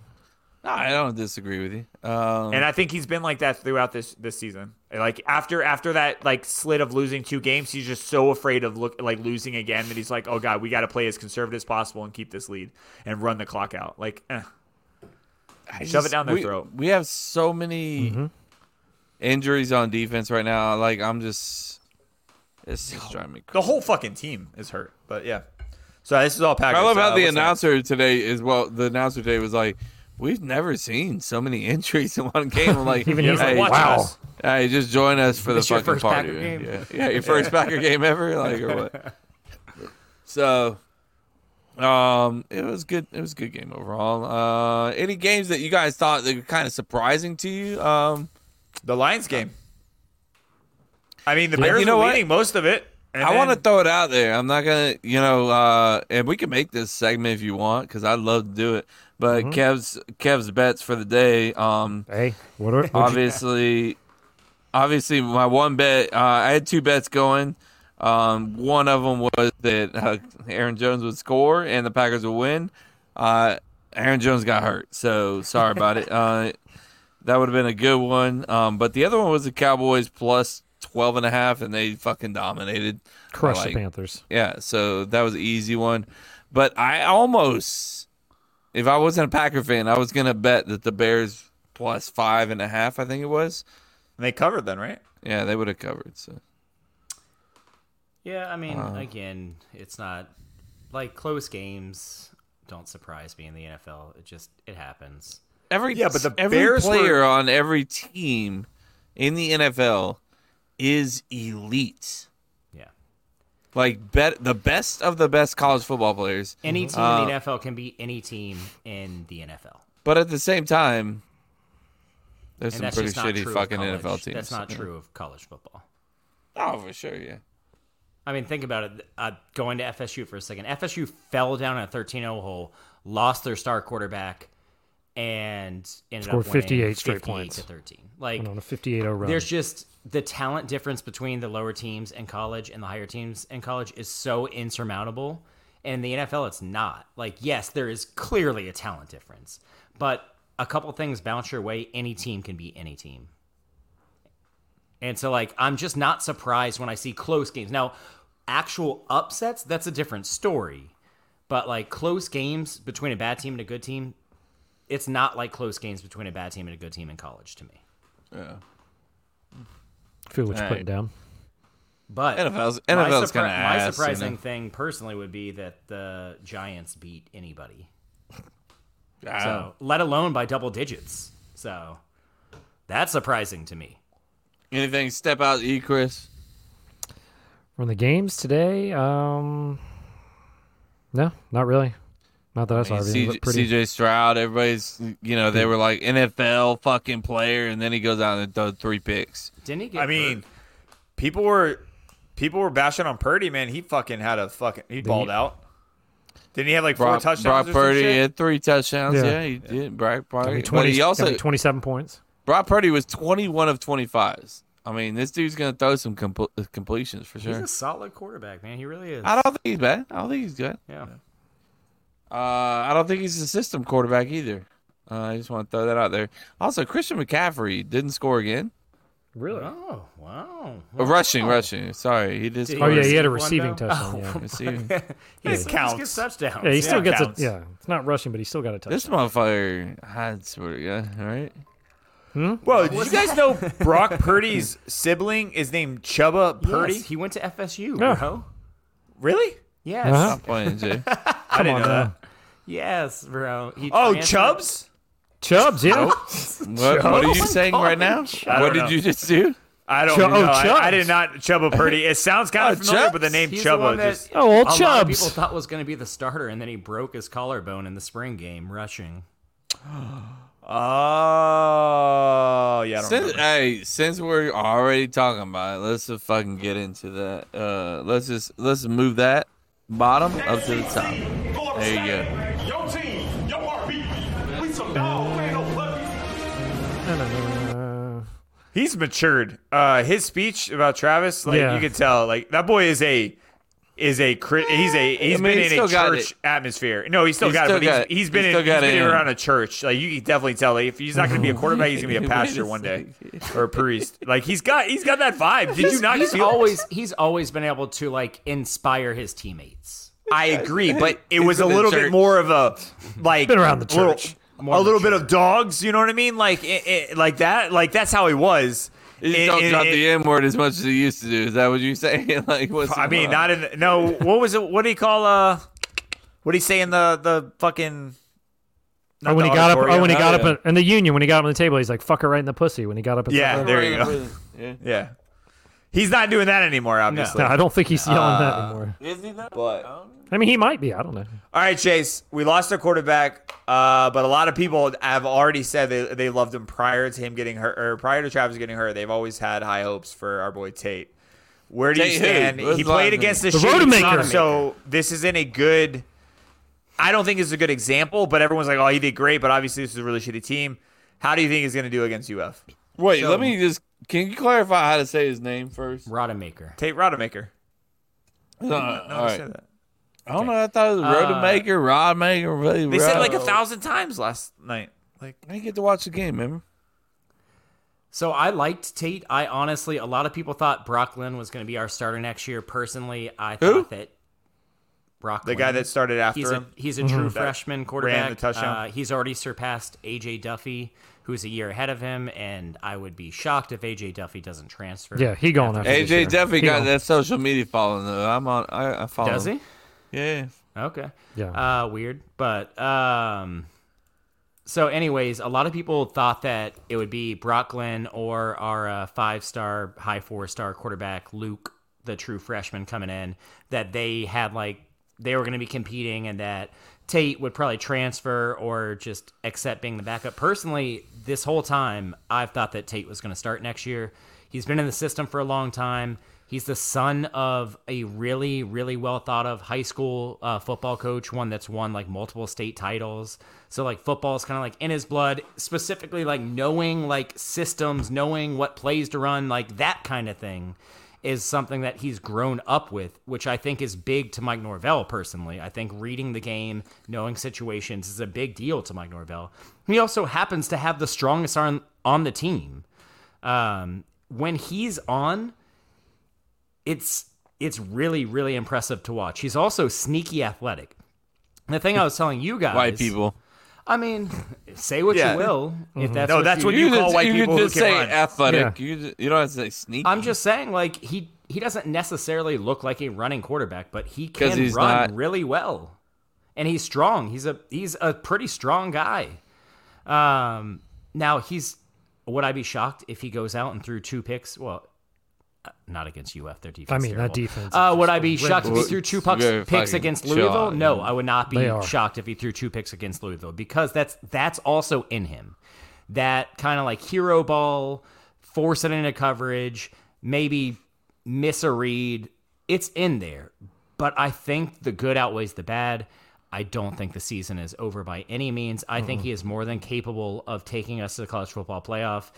B: No, I don't disagree with you. Um,
D: and I think he's been like that throughout this this season. Like after after that like slit of losing two games, he's just so afraid of look like losing again that he's like, oh god, we got to play as conservative as possible and keep this lead and run the clock out. Like, eh.
B: I
D: Shove it
B: just-
D: down their
B: we,
D: throat.
B: We have so many
E: Mm-hmm.
B: injuries on defense right now. Like I'm just, it's just driving me
D: the
B: crazy.
D: whole fucking team is hurt. But yeah, so this is all Packers.
B: I love how the
D: Uh, what's next?
B: announcer today is well. The announcer today was like, "We've never seen so many injuries in one game." I'm like,
C: Even he's
B: hey,
C: like,
D: watch
C: wow.
D: us.
B: hey, just join us for the
E: This your
B: fucking
E: first
B: party.
E: Packer game?
B: Yeah, yeah, your first Packer game ever, like or what? So, um, it was good. It was a good game overall. Uh, any games that you guys thought that were kind of surprising to you? Um.
D: The Lions game. I mean, the
B: you
D: Bears
B: know
D: were
B: what?
D: leading most of it. and
B: I want to
D: then-
B: throw it out there. I'm not gonna, you know, uh, and we can make this segment if you want because I'd love to do it. But
D: Mm-hmm.
B: Kev's Kev's bets for the day. Um,
C: Hey, what are
B: obviously, obviously, my one bet. Uh, I had two bets going. Um, one of them was that uh, Aaron Jones would score and the Packers would win. Uh, Aaron Jones got hurt, so sorry about it. Uh, that would have been a good one. Um, but the other one was the Cowboys plus 12 and a half, and they fucking dominated.
C: Crush
B: Like,
C: the Panthers.
B: Yeah, so that was an easy one. But I almost, if I wasn't a Packer fan, I was going to bet that the Bears plus five and a half, I think it was.
D: And they covered then, right?
B: Yeah, they would have covered. So
E: Yeah, I mean,
B: Uh-huh.
E: again, it's not like close games don't surprise me in the NFL. It just it happens.
B: every
D: Yeah, but the
B: every
D: Bears were-
B: player on every team in the NFL is elite.
E: Yeah.
B: Like bet the best of the best college football players.
E: Any team
B: Uh,
E: in the NFL can be any team in the NFL.
B: But at the same time, there's
E: And
B: some
E: that's
B: pretty
E: just not
B: shitty
E: true
B: fucking
E: of college.
B: NFL teams.
E: That's not
B: Yeah.
E: true of college football.
B: Oh, for sure, yeah.
E: I mean, think about it. Uh, going to FSU for a second. FSU fell down a 13-0 hole, lost their star quarterback, and ended
C: Scored
E: up winning
C: 58 straight
E: 58
C: points.
E: to 13. Like
C: Went on a 58 run.
E: there's just the talent difference between the lower teams in college and the higher teams in college is so insurmountable. And in the NFL, it's not. Like, yes, there is clearly a talent difference, but a couple things bounce your way. Any team can be any team. And so, like, I'm just not surprised when I see close games. Now, actual upsets, that's a different story. But, like, close games between a bad team and a good team, it's not like close games between a bad team and a good team in college to me.
C: Feel what you're
B: Right.
C: putting down.
E: But
B: NFL's
E: my
B: NFL's
E: surpri-
B: kind of ass. you
E: My
B: know?
E: surprising thing personally would be that the Giants beat anybody.
B: Yeah.
E: So, let alone by double digits. So that's surprising to me.
B: Anything step out to you, Chris?
C: From the games today, um, no, not really. Not that I, saw. Everything
B: CJ,
C: looked pretty.
B: CJ Stroud, everybody's you know they were like NFL fucking player, and then he goes out and does three picks.
E: Didn't he get
D: I mean, people were people were bashing on Purdy, man. He fucking had a fucking he balled out. Didn't he have like four
B: Brock,
D: touchdowns?
B: Brock
D: or some
B: Purdy
D: shit?
B: had three touchdowns.
C: Yeah.
B: Yeah, he did. Brock Purdy,
C: I mean,
B: but
C: 20,
B: he also
C: I mean, 27 points.
B: Brock Purdy was twenty one of twenty fives. I mean, this dude's gonna throw some compl- uh, completions for
E: He's
B: sure.
E: a solid quarterback, man. He really is.
B: I don't think he's bad. I don't think he's good.
E: yeah.
B: Uh, I don't think he's a system quarterback either. Uh, I just want to throw that out there. Also, Christian McCaffrey didn't score again.
C: Really?
E: Oh, wow.
B: Uh, rushing, rushing. Sorry, he did.
E: Did he
B: Score
C: Oh yeah,
E: Receive
C: he had a
E: one,
C: receiving
E: though?
C: touchdown. yeah.
B: Receiving.
E: He still
D: counts.
E: gets touchdowns.
C: Yeah, he still
D: Yeah,
C: gets
D: counts.
C: a yeah. It's not rushing, but he still got a touchdown.
B: This motherfucker, I swear to God, all right?
D: Whoa, did you guys know Brock Purdy's sibling is named Chuba
E: Yes,
D: Purdy?
E: he went to FSU,
C: Yeah.
E: bro.
D: Really?
E: Yes.
C: Uh-huh.
B: I'm playing, Jay.
D: I didn't
C: on
D: know
C: now.
D: that.
E: Yes, bro. He
D: Oh,
E: transferred-
D: Chubbs?
C: Chubbs, yeah.
B: What, what are you
E: my
B: saying
E: God,
B: right now?
E: Chubb.
B: What
D: I don't
B: did
D: know.
B: you just do?
D: I don't
C: Chu- oh,
D: know. I, I
C: Chubbs.
D: did not Chuba Purdy. It sounds kind
B: Oh,
D: of familiar, but the
B: Chubbs?
D: name
E: He's the
D: Chuba
E: one that
D: just
C: Oh, old
E: a lot of people
C: Chubbs.
E: thought was going to be the starter, and then he broke his collarbone in the spring game rushing.
D: Oh, yeah, I don't
B: Since,
D: remember.
B: hey, since we're already talking about it, let's just fucking get into that. Uh, let's just let's move that bottom up to the top. There you go.
F: Your team, your heartbeat. We some dogs, we ain't no puppies.
D: He's matured. Uh, his speech about Travis, like
C: Yeah.
D: you could tell, like that boy is a is a cri- he's a he's
B: mean,
D: been
B: he's
D: in
B: still
D: a
B: got
D: church atmosphere. No, he's still
B: He's
D: got
B: still
D: it, but he's,
B: got-
D: he's been
B: he's
D: in,
B: still
D: he's
B: got
D: been
B: it in.
D: around a church. Like you can definitely tell like, if he's not going to be a quarterback, he's going to be
B: Wait
D: a
B: a
D: pastor one day or a priest. Like he's got he's got that vibe. Did you not
E: he's
D: feel?
E: always he's always been able to like inspire his teammates.
D: I agree, but it was a
B: been in
D: little
B: church.
D: bit more of a like
C: Been around the
D: little-
C: church.
E: More
D: a little bit
E: mature.
D: of dogs. You know what I mean? Like it, it, like that. Like that's how he was.
B: You just
D: In-
B: don't
D: in-
B: drop
D: in-
B: the N word as much as you used to do. Is that what you say? like, what's
D: I mean,
B: going on?
D: not in the- no. What was it? What do you call uh? What do you say in the the fucking? not
C: Oh, when
D: the
C: he got up,
D: auditorium.
C: oh, when he
B: yeah.
C: got up in- in the union, when he got up on the table, he's like, "Fuck her right in the pussy." When he got up, in
D: Yeah,
C: the
D: there you go.
B: Yeah.
D: Yeah, he's not doing that anymore. Obviously.
C: No, I don't think
D: Uh,
C: he's yelling that anymore.
D: But
C: I mean, he might be. I don't know.
D: all right, Chase, we lost our quarterback. Uh, but a lot of people have already said they, they loved him prior to him getting hurt or prior to Travis getting hurt. They've always had high hopes for our boy Tate. Where do
B: Tate
D: you
B: who?
D: stand?
B: What's
D: He
B: his last
D: played
B: name?
D: against the,
C: The
D: shitty
C: Rotomaker.
D: team, so this isn't a good. I don't think it's a good example, but everyone's like, "Oh, he did great," but obviously this is a really shitty team. How do you think he's going to do against UF?
B: Wait, let me just. Can you clarify how to say his name first?
E: Rodemaker.
D: Tate Rodemaker.
B: No,
D: No,
B: all
D: they
B: right.
D: said that.
B: I don't know. I thought it was Rotomaker, Rodmaker. Really,
D: They said it like a thousand times last night. Like
B: I didn't get to watch the game, remember?
E: So I liked Tate. I honestly, a lot of people thought Brock Lynn was going to be our starter next year. Personally, I
B: Who?
E: thought that Brock,
D: the guy
E: Lynn-
D: that started after
E: he's a
D: him.
E: he's a true freshman quarterback.
D: ran the touchdown.
E: Uh, he's already surpassed AJ Duffy, who's a year ahead of him, and I would be shocked if AJ Duffy doesn't transfer.
C: Yeah, he going after
B: AJ
C: this year.
B: definitely
C: He
B: got
C: gone.
B: that social media following though. I'm on. I, I follow.
E: does he?
B: Yeah.
E: Okay.
C: Yeah.
E: Uh, weird, but um. So, anyways, a lot of people thought that it would be Brock Glenn or our uh, five-star, high four-star quarterback Luke, the true freshman coming in, that they had like they were going to be competing, and that Tate would probably transfer or just accept being the backup. Personally, this whole time I've thought that Tate was going to start next year. He's been in the system for a long time. He's the son of a really, really well thought of high school uh, football coach, one that's won like multiple state titles. So like football is kind of like in his blood. Specifically, like knowing like systems, knowing what plays to run, like that kind of thing, is something that he's grown up with, which I think is big to Mike Norvell personally. I think reading the game, knowing situations, is a big deal to Mike Norvell. He also happens to have the strongest arm on the team. Um, when he's on it's it's really really impressive to watch. He's also sneaky athletic. The thing I was telling you guys,
B: White people.
E: I mean, say what
D: Yeah.
E: you will.
C: Mm-hmm.
E: If that's
D: No,
E: what
D: that's
E: you,
D: what you
B: could
D: call
B: just-
D: white
B: you
D: people
B: could
D: who
B: just
D: can
B: say
D: run.
B: athletic. You, just- you don't have to say sneaky.
E: I'm just saying, like he he doesn't necessarily look like a running quarterback, but he
B: 'Cause
E: can run
B: he's not-
E: really well, and he's strong. He's a he's a pretty strong guy. Um, now he's would I be shocked if he goes out and threw two picks? Well, uh, not against UF, their defense.
C: I mean,
E: terrible.
C: that defense.
E: Uh, would I be shocked if he
B: Well,
E: threw two pucks,
B: they're
E: picks
B: fucking
E: against Louisville?
B: shot,
E: No,
B: yeah.
E: I would not be
C: They are.
E: shocked if he threw two picks against Louisville because that's that's also in him. That kind of like hero ball, force it into coverage, maybe miss a read. It's in there, but I think the good outweighs the bad. I don't think the season is over by any means. I think he is more than capable of taking us to the college football playoff.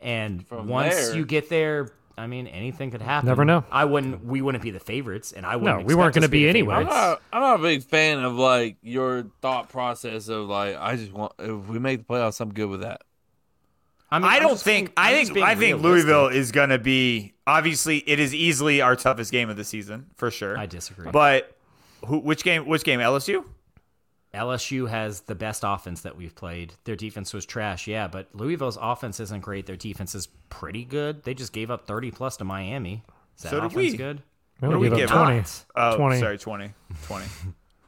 E: And once
B: there-
E: you get there, I mean, anything could happen.
C: Never know.
E: I wouldn't. We wouldn't be the favorites, and I wouldn't.
C: Oh. No, we weren't
E: going to
C: gonna be
E: the
C: anyway.
E: favorites.
B: I'm not, I'm not a big fan of like your thought process of like I just want if we make the playoffs, I'm good with that.
E: I, mean,
D: I
E: I'm
D: don't
E: just
D: think.
E: being- I'm
D: I
E: just
D: think.
E: being
D: I think
E: realistic.
D: Louisville is going to be. Obviously, it is easily our toughest game of the season for sure.
E: I disagree.
D: But who, which game? Which game? LSU.
E: LSU has the best offense that we've played. Their defense was trash, yeah, but Louisville's offense isn't great. Their defense is pretty good. They just gave up thirty plus to Miami. Is that
D: So did
E: offense
D: we.
E: good?
C: we
D: we
C: gave
D: give
C: up 20.
D: up? Oh,
C: 20.
D: sorry, 20. 20.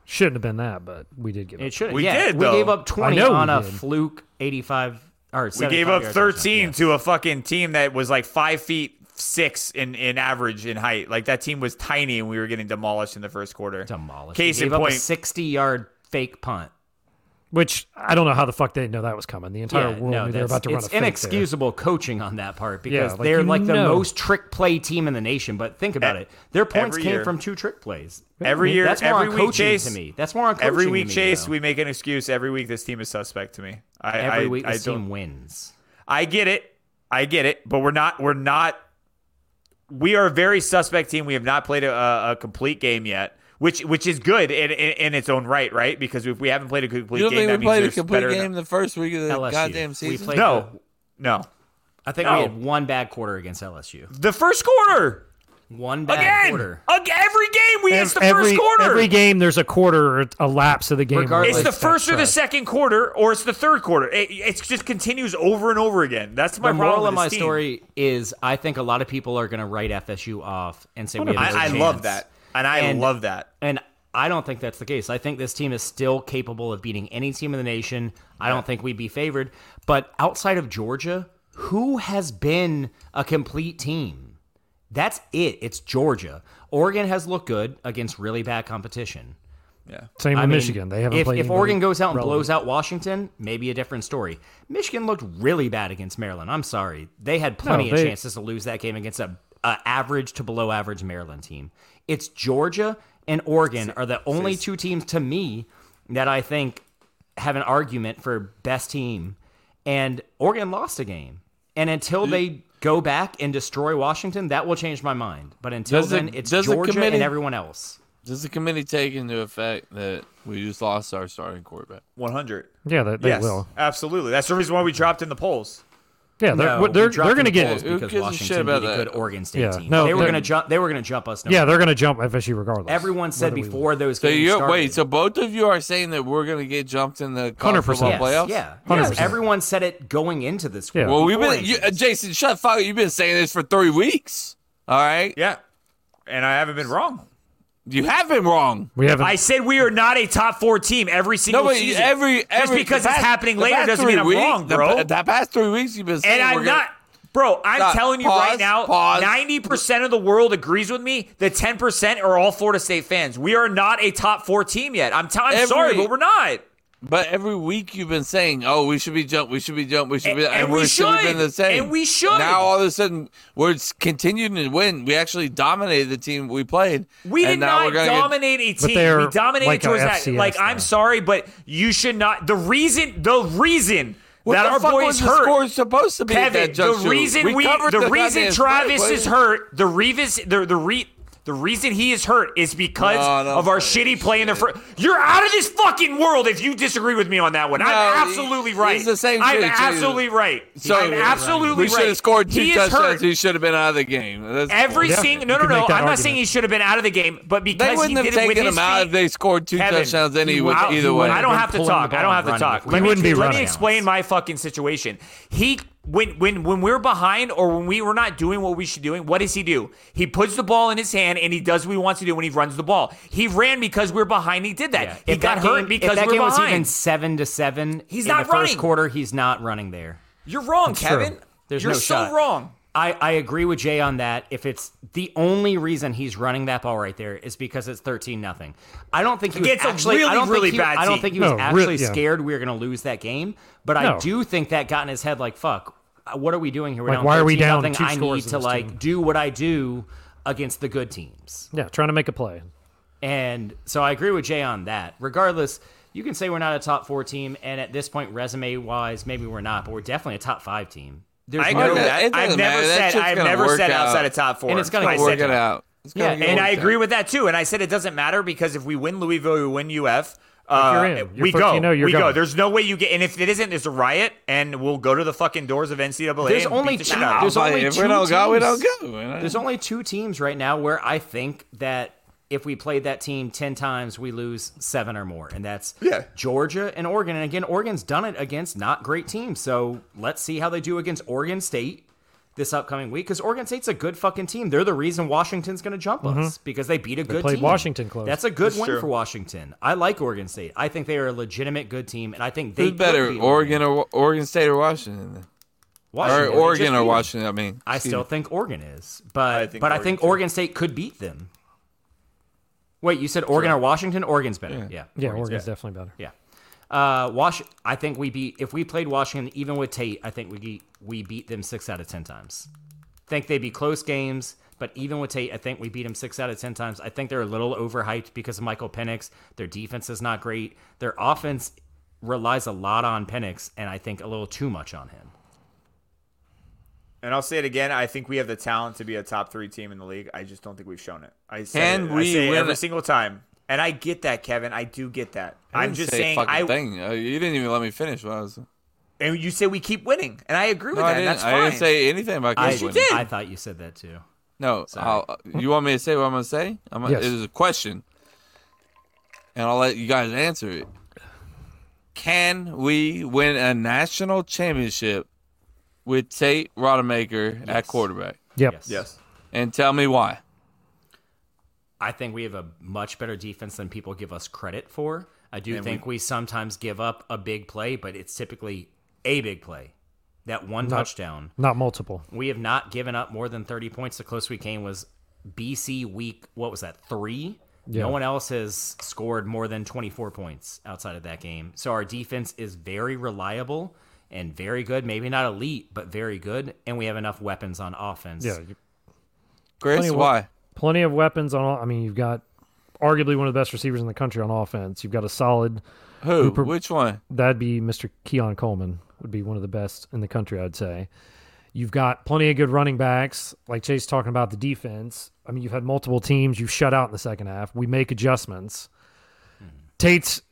C: Shouldn't have been that, but we did give up.
E: It should.
D: We
E: yeah,
D: did,
E: We
D: though.
E: gave up twenty
C: know we
E: on a
C: did.
E: fluke eighty-five or
D: we gave
E: 75
D: up
E: yards touchdown.
D: 13 to a fucking team that was like five feet six in, in average in height. Like that team was tiny and we were getting demolished in the first quarter.
E: Demolished.
D: Case
E: we
D: in
E: gave up
D: point.
E: a sixty-yard fake punt.
C: Which I don't know how the fuck they know that was coming. The entire
E: Yeah,
C: world
E: no,
C: knew they were
E: that's-
C: about to run a
E: It's
C: fake there.
E: inexcusable coaching on that part because
C: like,
E: they're
C: you
E: like the
C: know.
E: most trick play team in the nation. But think about
D: E-
E: it, their points
D: every
E: came
D: year.
E: from two trick plays.
D: Every year-
E: that's more
D: every
E: on
D: week,
E: coaching
D: Chase-
E: to me. That's more on coaching
D: Every
E: to
D: week,
E: me,
D: Chase,
E: though.
D: we make an excuse. Every week, this team is suspect to me. I,
E: every
D: I,
E: week
D: I
E: this
D: don't,
E: team wins.
D: I get it. I get it. But we're not. We're not. We are a very suspect team. We have not played a- a, a complete game yet, which which is good in, in, in its own right, right? Because if we haven't played a complete
B: You don't think
D: game, that
B: we
D: means
B: played a
D: there's
B: complete
D: better
B: game the first week of the
E: LSU.
B: goddamn
E: We
B: season?
E: played
D: No, no.
E: I think
D: No.
E: we had one bad quarter against LSU.
D: The first quarter
E: One bad
D: again.
E: quarter.
D: Ag- every game we it's the
C: every,
D: first quarter.
C: Every game, there's a quarter or a lapse of the game. where
E: Regardless-
C: like
D: it's the
E: That's
D: first or the
E: right.
D: second quarter, or it's the third quarter. It, it just continues over and over again. That's my
E: The moral
D: problem
E: of
D: with
E: my
D: this team.
E: story is I think a lot of people are going to write FSU off and say we have no
D: I, I
E: chance.
D: love that, and I
E: And-
D: love that.
E: And I don't think that's the case. I think this team is still capable of beating any team in the nation. I don't think we'd be favored. But outside of Georgia, who has been a complete team? That's it. It's Georgia. Oregon has looked good against really bad competition.
C: same with
E: I mean,
C: Michigan. They haven't
E: if,
C: played.
E: If
C: anybody
E: Oregon goes out and
C: relevant.
E: blows out Washington, maybe a different story. Michigan looked really bad against Maryland. I'm sorry, they had plenty
C: they-
E: of chances to lose that game against a, a average to below average Maryland team. It's Georgia and Oregon are the only two teams to me that I think have an argument for best team, and Oregon lost a game. And until they go back and destroy Washington, that will change my mind. But until
B: Does it-
E: then, it's
B: does the
E: Georgia
B: committee-
E: and everyone else.
B: Does the committee take into effect that we just lost our starting quarterback?
D: 100.
C: Yeah, they, they
D: yes,
C: will.
D: absolutely. That's the reason why we dropped in the polls.
C: Yeah, they're
E: we
C: they're,
E: dropped
C: they're going to
E: in the
C: get
E: polls
B: Who
E: because
B: gives a shit
E: Washington
B: about
E: beat a
B: that?
E: good Oregon State
C: Yeah,
E: team.
C: no,
E: they were
C: they're-
E: going to jump. They were going to jump us. No
C: Yeah,
E: matter
C: they're going to jump FSU regardless.
E: Everyone said
C: whether we win.
E: before those
B: So
E: games
B: you're,
E: started.
B: wait, so both of you are saying that we're going to get jumped in the college
C: 100%.
B: football
E: yes,
B: playoffs?
E: yeah, yes.
C: 100%.
E: everyone said it going into this.
C: Yeah.
B: Well, we've
E: before
B: been you,
E: injuries.
B: uh, Jason. Shut the fuck. up. You've been saying this for three weeks. All right,
D: Yeah. And I haven't been wrong.
B: you have been wrong.
C: we haven't.
D: I said we are not a top four team every single
B: No, but
D: season.
B: every, every
D: just because
B: the
D: it's
B: past-
D: happening
B: the
D: later
B: past
D: doesn't
B: three
D: mean I'm
B: weeks-
D: wrong,
B: the-
D: bro.
B: The, past three weeks you've been saying,
D: and I'm
B: we're gonna-
D: not, bro. I'm
B: Stop.
D: telling you
B: Pause,
D: right now,
B: pause.
D: ninety percent of the world agrees with me. The ten percent are all Florida State fans. We are not a top four team yet. I'm, t- I'm
B: Every-
D: sorry, but we're not.
B: But every week you've been saying, "Oh, we should be jumped. We should be jumped. We should be."
D: And- and
B: we're
D: we
B: still been
D: should.
B: the same.
D: And we should.
B: Now all of a sudden we're s- continuing to win. We actually dominated the team we played.
D: We
B: and
D: did
B: now
D: not
B: we're gonna get-
D: dominate a team.
C: they're
D: We dominated
C: like a
D: towards that.
C: FCS
D: Like
C: now.
D: I'm sorry, but you should not. The reason, the reason
B: What
D: that
B: the
D: our
B: fuck
D: boys
B: was
D: hurt.
B: the score supposed to be at
D: Kevin,
B: that
D: the
B: juncture?
D: reason we,
B: covered
D: the,
B: goddamn
D: reason
B: play.
D: Travis
B: What
D: is hurt, the Revis, the the re, the reason he is hurt is because
B: No, don't
D: of our
B: say
D: shitty play in the first. You're out of this fucking world if you disagree with me on that one.
B: No,
D: I'm absolutely
B: he-
D: right.
B: he's the same
D: I'm
B: shit, too.
D: absolutely right.
B: So
D: I'm absolutely
B: we should
D: right.
B: have scored two
D: He is
B: touchdowns.
D: hurt.
B: He should have been out of the game. That's the
D: Every
B: point.
D: single
C: you
D: no no
C: can
D: no.
C: make that
D: I'm not
C: argument.
D: saying he should have been out of the game, but because
B: they wouldn't
D: he
B: have
D: did it with
B: taken
D: his
B: him out
D: feet,
B: if they scored two
D: Kevin,
B: touchdowns
D: he
B: anyway.
D: would-
B: either way,
D: I don't have to
E: Pulling the
D: talk.
E: ball
D: I don't
E: and
D: have to
E: running
D: talk.
E: if we
D: Let
C: He
D: me,
C: wouldn't be
D: let me
C: running.
D: explain my fucking situation. He when when when we're behind or when we were not doing what we should doing, what does he do? He puts the ball in his hand and he does what he wants to do when he runs the ball. He ran because we're behind. He did that.
E: Yeah.
D: He
E: If
D: got
E: that
D: hurt
E: game-
D: because
E: if that
D: we're
E: game was
D: behind.
E: even seven to seven.
D: He's
E: in
D: not
E: the
D: running.
E: First quarter, he's not running there.
D: You're wrong,
C: true.
D: Kevin.
E: There's
D: You're
E: no
D: so
E: shot.
D: wrong.
E: I, I agree with Jay on that. If it's the only reason he's running that ball right there is because it's thirteen nothing. I don't think he was
D: Against a
E: actually.
D: really,
E: I don't
D: really
E: think he,
D: bad
E: I don't
D: team.
E: think he was
C: No, re-
E: actually
C: yeah.
E: scared we were going to lose that game. But I
C: No.
E: do think that got in his head. Like fuck, uh, what are we doing here? We're
C: Like,
E: down
C: why are we down
E: 13
C: two
E: I
C: scores
E: need
C: in
E: to
C: this
E: like
C: team?
E: do what I do against the good teams.
C: yeah, trying to make a play.
E: And so I agree with Jay on that. Regardless, you can say we're not a top four team, and at this point, resume wise, maybe we're not, but we're definitely a top five team. There's
D: I agree
E: no,
D: with
B: it
D: that.
B: doesn't
D: I've never
B: matter. That
D: said
B: shit's
D: I've
B: gonna
D: never
B: work
D: said
B: out.
D: outside of top four.
E: And it's gonna
D: That's
E: go
D: what I
B: work
D: said.
B: it out. It's gonna
E: Yeah,
B: get
D: And
B: worked
D: I agree
B: out.
D: with that too. And I said it doesn't matter because if we win Louisville, we win UF. Uh,
C: you're in. You're
D: we go.
C: 13-0, you're
D: we go.
C: going.
D: There's no way you get. And if it isn't, there's a riot, and we'll go to the fucking doors of NCAA.
E: There's
D: and
E: only
D: beat the
E: two-
D: shit out of
E: there's
D: them.
B: But
E: only
B: if
E: two
B: we don't go, we don't
E: teams.
B: go. We don't-
E: there's only two teams right now where I think that if we played that team 10 times, we lose seven or more. And that's
D: Yeah.
E: Georgia and Oregon. And again, Oregon's done it against not great teams. So let's see how they do against Oregon State this upcoming week because Oregon State's a good fucking team. They're the reason Washington's going to jump us because they beat a good
C: played
E: team.
C: Washington close.
E: That's a good win
D: true.
E: for Washington. I like Oregon State. I think they are a legitimate good team. And I think they
B: Who's
E: could
B: better,
E: beat
B: Oregon or Oregon State or Washington? Or
E: Washington. They
B: Oregon
E: just
B: or
E: beat them.
B: Washington? I mean,
E: I
B: excuse
E: still
B: me.
E: think Oregon is, but
D: I think
E: but I
D: Oregon
E: think
D: too.
E: Oregon State could beat them. Wait, you said Oregon or Washington? Oregon's better. Yeah,
C: Yeah, Oregon's definitely better.
E: yeah. Uh, Wash. I think we beat if we played Washington even with Tate. I think we beat, we beat them six out of ten times. Think they'd be close games, but even with Tate, I think we beat them six out of ten times. I think they're a little overhyped because of Michael Penix. Their defense is not great. Their offense relies a lot on Penix, and I think a little too much on him.
D: And I'll say it again. I think we have the talent to be a top three team in the league. I just don't think we've shown it. I say
B: Can
D: it. I
B: we
D: say it
B: win
D: every
B: it?
D: single time. And I get that, Kevin. I do get that.
B: I
D: I'm
B: didn't
D: just
B: say a
D: saying.
B: fucking
D: I
B: thing. Uh, You didn't even let me finish. What I was.
D: and you say we keep winning, and I agree with
B: No,
D: that.
B: I
D: and that's
B: didn't.
D: fine.
B: I didn't say anything about.
E: I,
B: Case
D: you
B: winning.
D: did.
E: I thought you said that too.
B: No, I'll, uh, you want me to say what I'm going to say? I'm gonna,
C: Yes.
B: It is a question, and I'll let you guys answer it. Can we win a national championship with Tate Rodemaker at quarterback?
C: Yep.
E: Yes.
D: yes.
B: And tell me why.
E: I think we have a much better defense than people give us credit for. I do think we, sometimes give up a big play, but it's typically a big play. That one touchdown.
C: Not multiple.
E: We have not given up more than 30 points. The closest we came was BC week, what was that, three?
C: Yeah.
E: No one else has scored more than 24 points outside of that game. So our defense is very reliable and very good. Maybe not elite, but very good. And we have enough weapons on offense.
C: Yeah. you-
B: Chris,
C: Plenty of
B: why?
C: Plenty of weapons on all. I mean, you've got arguably one of the best receivers in the country on offense. You've got a solid.
B: Who? Which one?
C: That'd be Mr. Keon Coleman. Would be one of the best in the country, I'd say. You've got plenty of good running backs, like Chase talking about the defense. I mean, you've had multiple teams you've shut out in the second half. We make adjustments.
E: Mm-hmm.
C: Tate's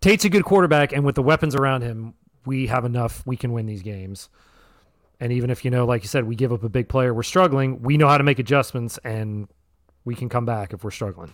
C: Tate's a good quarterback, and with the weapons around him, we have enough. We can win these games. And even if you know, like you said, we give up a big player, we're struggling. We know how to make adjustments, and we can come back if we're struggling.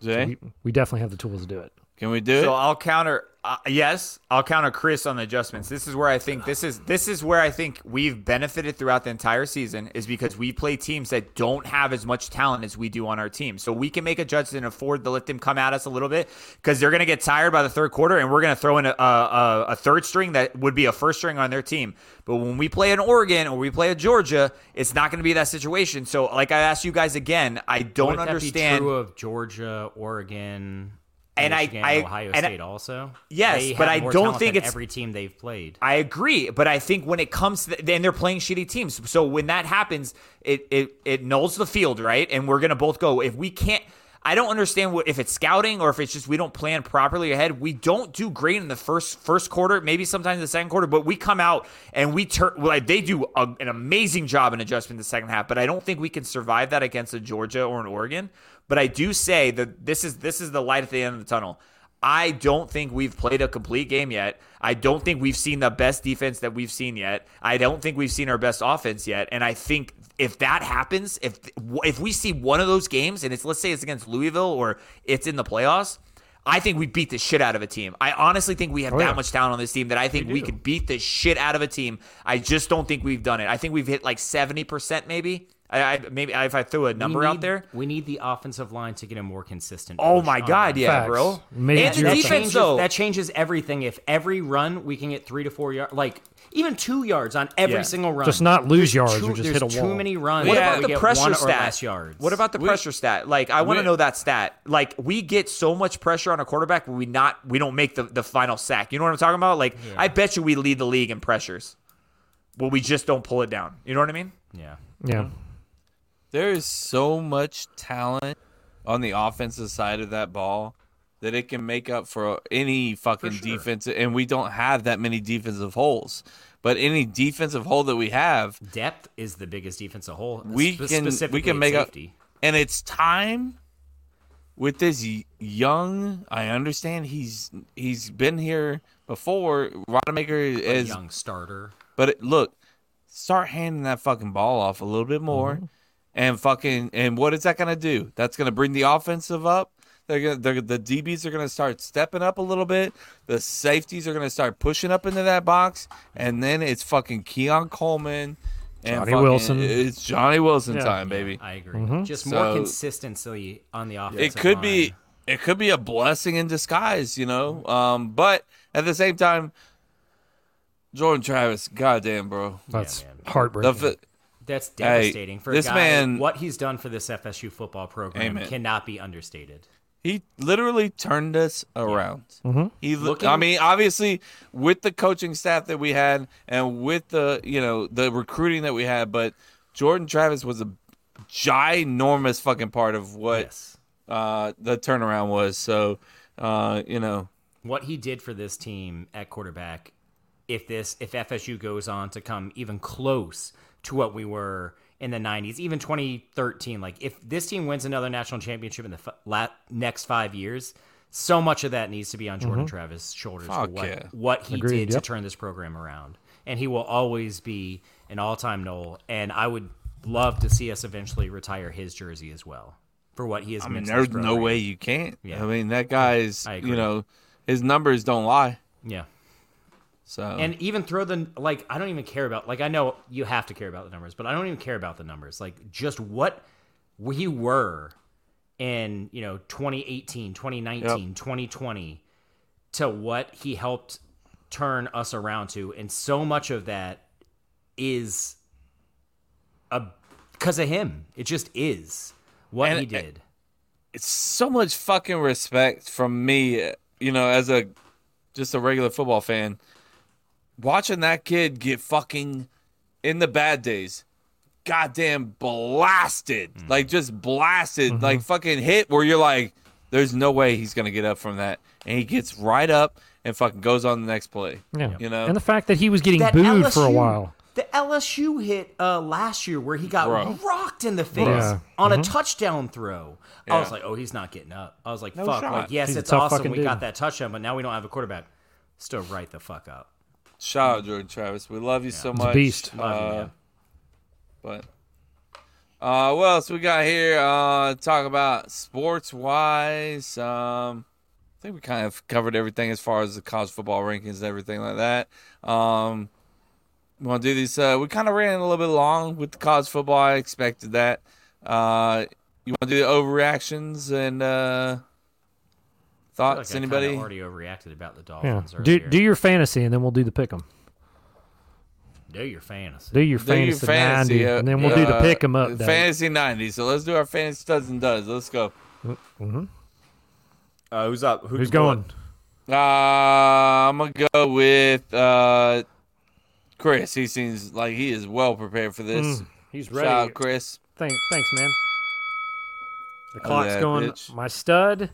B: Jay,
C: We, we definitely have the tools to do it.
B: can we do
D: So
E: Eh?
B: it?
D: I'll counter. Uh, yes, I'll counter Chris on the adjustments. This is where I think this is this is where I think we've benefited throughout the entire season is because we play teams that don't have as much talent as we do on our team. So we can make adjustments and afford to let them come at us a little bit because they're going to get tired by the third quarter and we're going to throw in a, a, a- a third string that would be a first string on their team. But when we play an Oregon or we play a Georgia, it's not going to be that situation. So like I asked you guys again, I don't
E: Would that
D: understand.
E: Be true of Georgia, Oregon,
D: And I-
E: Michigan,
D: I-
E: Ohio
D: and I-
E: State also.
D: Yes,
E: They
D: but
E: have
D: I
E: more
D: don't
E: talent
D: think
E: than
D: it's-
E: every team they've played.
D: I agree, but I think when it comes to the, and they're playing shitty teams, so when that happens, it it it nulls the field, right? And we're gonna both go if we can't. I don't understand what if it's scouting or if it's just we don't plan properly ahead. We don't do great in the first first quarter, maybe sometimes the second quarter, but we come out and we turn. Well, like, they do a, an amazing job in adjustment the second half, but I don't think we can survive that against a Georgia or an Oregon. But I do say that this is this is the light at the end of the tunnel. I don't think we've played a complete game yet. I don't think we've seen the best defense that we've seen yet. I don't think we've seen our best offense yet. And I think if that happens, if if we see one of those games and it's let's say it's against Louisville or it's in the playoffs, I think we beat the shit out of a team. I honestly think we have that much talent on this team that I think we, could beat the shit out of a team. I just don't think we've done it. I think we've hit like 70% maybe. I, I maybe if I threw a
E: We
D: number out
E: need-
D: there.
E: We need the offensive line to get a more consistent.
D: Oh
E: push
D: my
E: on
D: god,
E: that.
D: yeah,
C: Facts.
D: bro.
C: Major
D: and the
C: That
D: defense
E: changes,
D: though.
E: That changes everything. If every run we can get three to four yards, like even two yards on every
D: Yeah.
E: single run,
C: Just not lose yards
E: Too,
C: or just
E: there's
C: hit a wall.
E: too many runs.
D: What
E: where
D: about
E: we
D: the
E: get
D: pressure
E: one Or
D: stat?
E: less yards.
D: What about the pressure stat? Like, I want to know that stat. Like, we get so much pressure on a quarterback, but we not we don't make the, the final sack. You know what I'm talking about? Like, I bet you we lead the league in pressures, but we just don't pull it down. You know what I mean?
E: Yeah.
C: Yeah.
B: There is so much talent on the offensive side of that ball that it can make up for any fucking defense, and we don't have that many defensive holes. But any defensive hole that we have,
E: Depth is the biggest defensive hole.
B: we
E: spe-
B: can we
E: specifically at
B: can make up
E: safety.
B: and it's time with this y- young i understand he's he's been here before rodemaker is
E: young starter.
B: but it, look start handing that fucking ball off a little bit more
C: Mm-hmm.
B: and fucking and what is that gonna do that's gonna bring the offensive up they're gonna they're, the dbs are gonna start stepping up a little bit the safeties are gonna start pushing up into that box and then it's fucking keon coleman and
C: Johnny
B: fucking-
C: Wilson.
B: it's johnny wilson
C: Yeah.
B: time baby
E: I agree.
C: Mm-hmm.
E: Just more
B: So-
E: consistency on the offensive.
B: it could
E: line.
B: be it could be a blessing in disguise, you know. Um, but at the same time, Jordan Travis, goddamn, bro,
C: That's
E: man.
B: the
C: heartbreaking.
B: f-
E: That's devastating for a
B: this
E: guy,
B: man-
E: What he's done for this FSU football program
B: Amen.
E: cannot be understated.
B: he literally turned us around. He, I mean, obviously with the coaching staff that we had and with the you know the recruiting that we had, but Jordan Travis was a ginormous fucking part of what
E: Yes,
B: uh, the turnaround was. So, uh, you know,
E: what he did for this team at quarterback. If this, if FSU goes on to come even close to what we were in the '90s, even 2013, like if this team wins another national championship in the f- la- next five years, so much of that needs to be on Jordan Travis' shoulders for
B: Fuck
E: what,
B: yeah.
E: what he
C: Mm-hmm. Agreed,
E: did
C: yep.
E: to turn this program around. And he will always be an all time Knoll. And I would love to see us eventually retire his jersey as well for what he has
B: I mean,
E: meant. to
B: there's
E: this
B: no
E: program.
B: way you can't.
E: Yeah.
B: I mean, that guy's,
E: I agree.
B: you know, his numbers don't lie.
E: Yeah.
B: So,
E: And even throw the, like, I don't even care about, like, I know you have to care about the numbers, but I don't even care about the numbers. Like, just what we were in, you know, 2018, 2019, 2020 to what he helped turn us around to. And so much of that is a because of him. It just is what
B: And-
E: he did.
B: it's so much fucking respect from me, you know, as a just a regular football fan, watching that kid get fucking in the bad days, goddamn blasted,
C: Mm.
B: like just blasted,
C: Mm-hmm.
B: like fucking hit where you're like, there's no way he's gonna get up from that, and he gets right up and fucking goes on the next play.
C: yeah.
B: you know,
C: And the fact that he was getting
E: That
C: booed for a
E: LSU
C: while.
E: the LSU hit uh, last year where he got
B: Bro.
E: rocked in the face
C: Yeah.
E: on a touchdown throw. I was
B: Yeah.
E: like, oh, he's not getting up. I was like, fuck.
B: shot.
E: Like, yes,
C: He's a
E: it's
C: tough
E: awesome
C: fucking
E: we
C: dude.
E: got that touchdown, but now we don't have a quarterback. Still right the fuck up.
B: Shout out Jordan Travis. We love you so much.
C: beast.
E: Love you,
B: Uh,
E: man.
B: But uh, what else we got here? Uh, talk about sports wise. Um, I think we kind of covered everything as far as the college football rankings and everything like that. Um, we want to do these. Uh, we kind of ran a little bit long with the college football. I expected that. Uh, you want to do the overreactions and uh,
E: I
B: thoughts?
E: feel like I kinda already
B: Anybody?
E: overreacted about the
C: Yeah.
E: Dolphins
C: Do
E: earlier.
C: do your fantasy, and then we'll do the pick 'em.
E: Do your fantasy.
C: Do your
B: Do your
C: fantasy, 90,
B: uh,
C: and then we'll do the
B: uh,
C: pick 'em up. Dave.
B: Fantasy 90. So let's do our fantasy studs and does. Let's go.
D: Uh, who's up? Who
C: Who's
D: can pull
C: going?
D: it?
B: Uh, I'm gonna go with uh, Chris. He seems like he is well prepared for
C: Mm,
B: this.
C: He's
B: Shout out, Chris.
C: Thank, thanks, man. The clock's
B: that
C: going.
B: Oh, bitch.
C: My stud.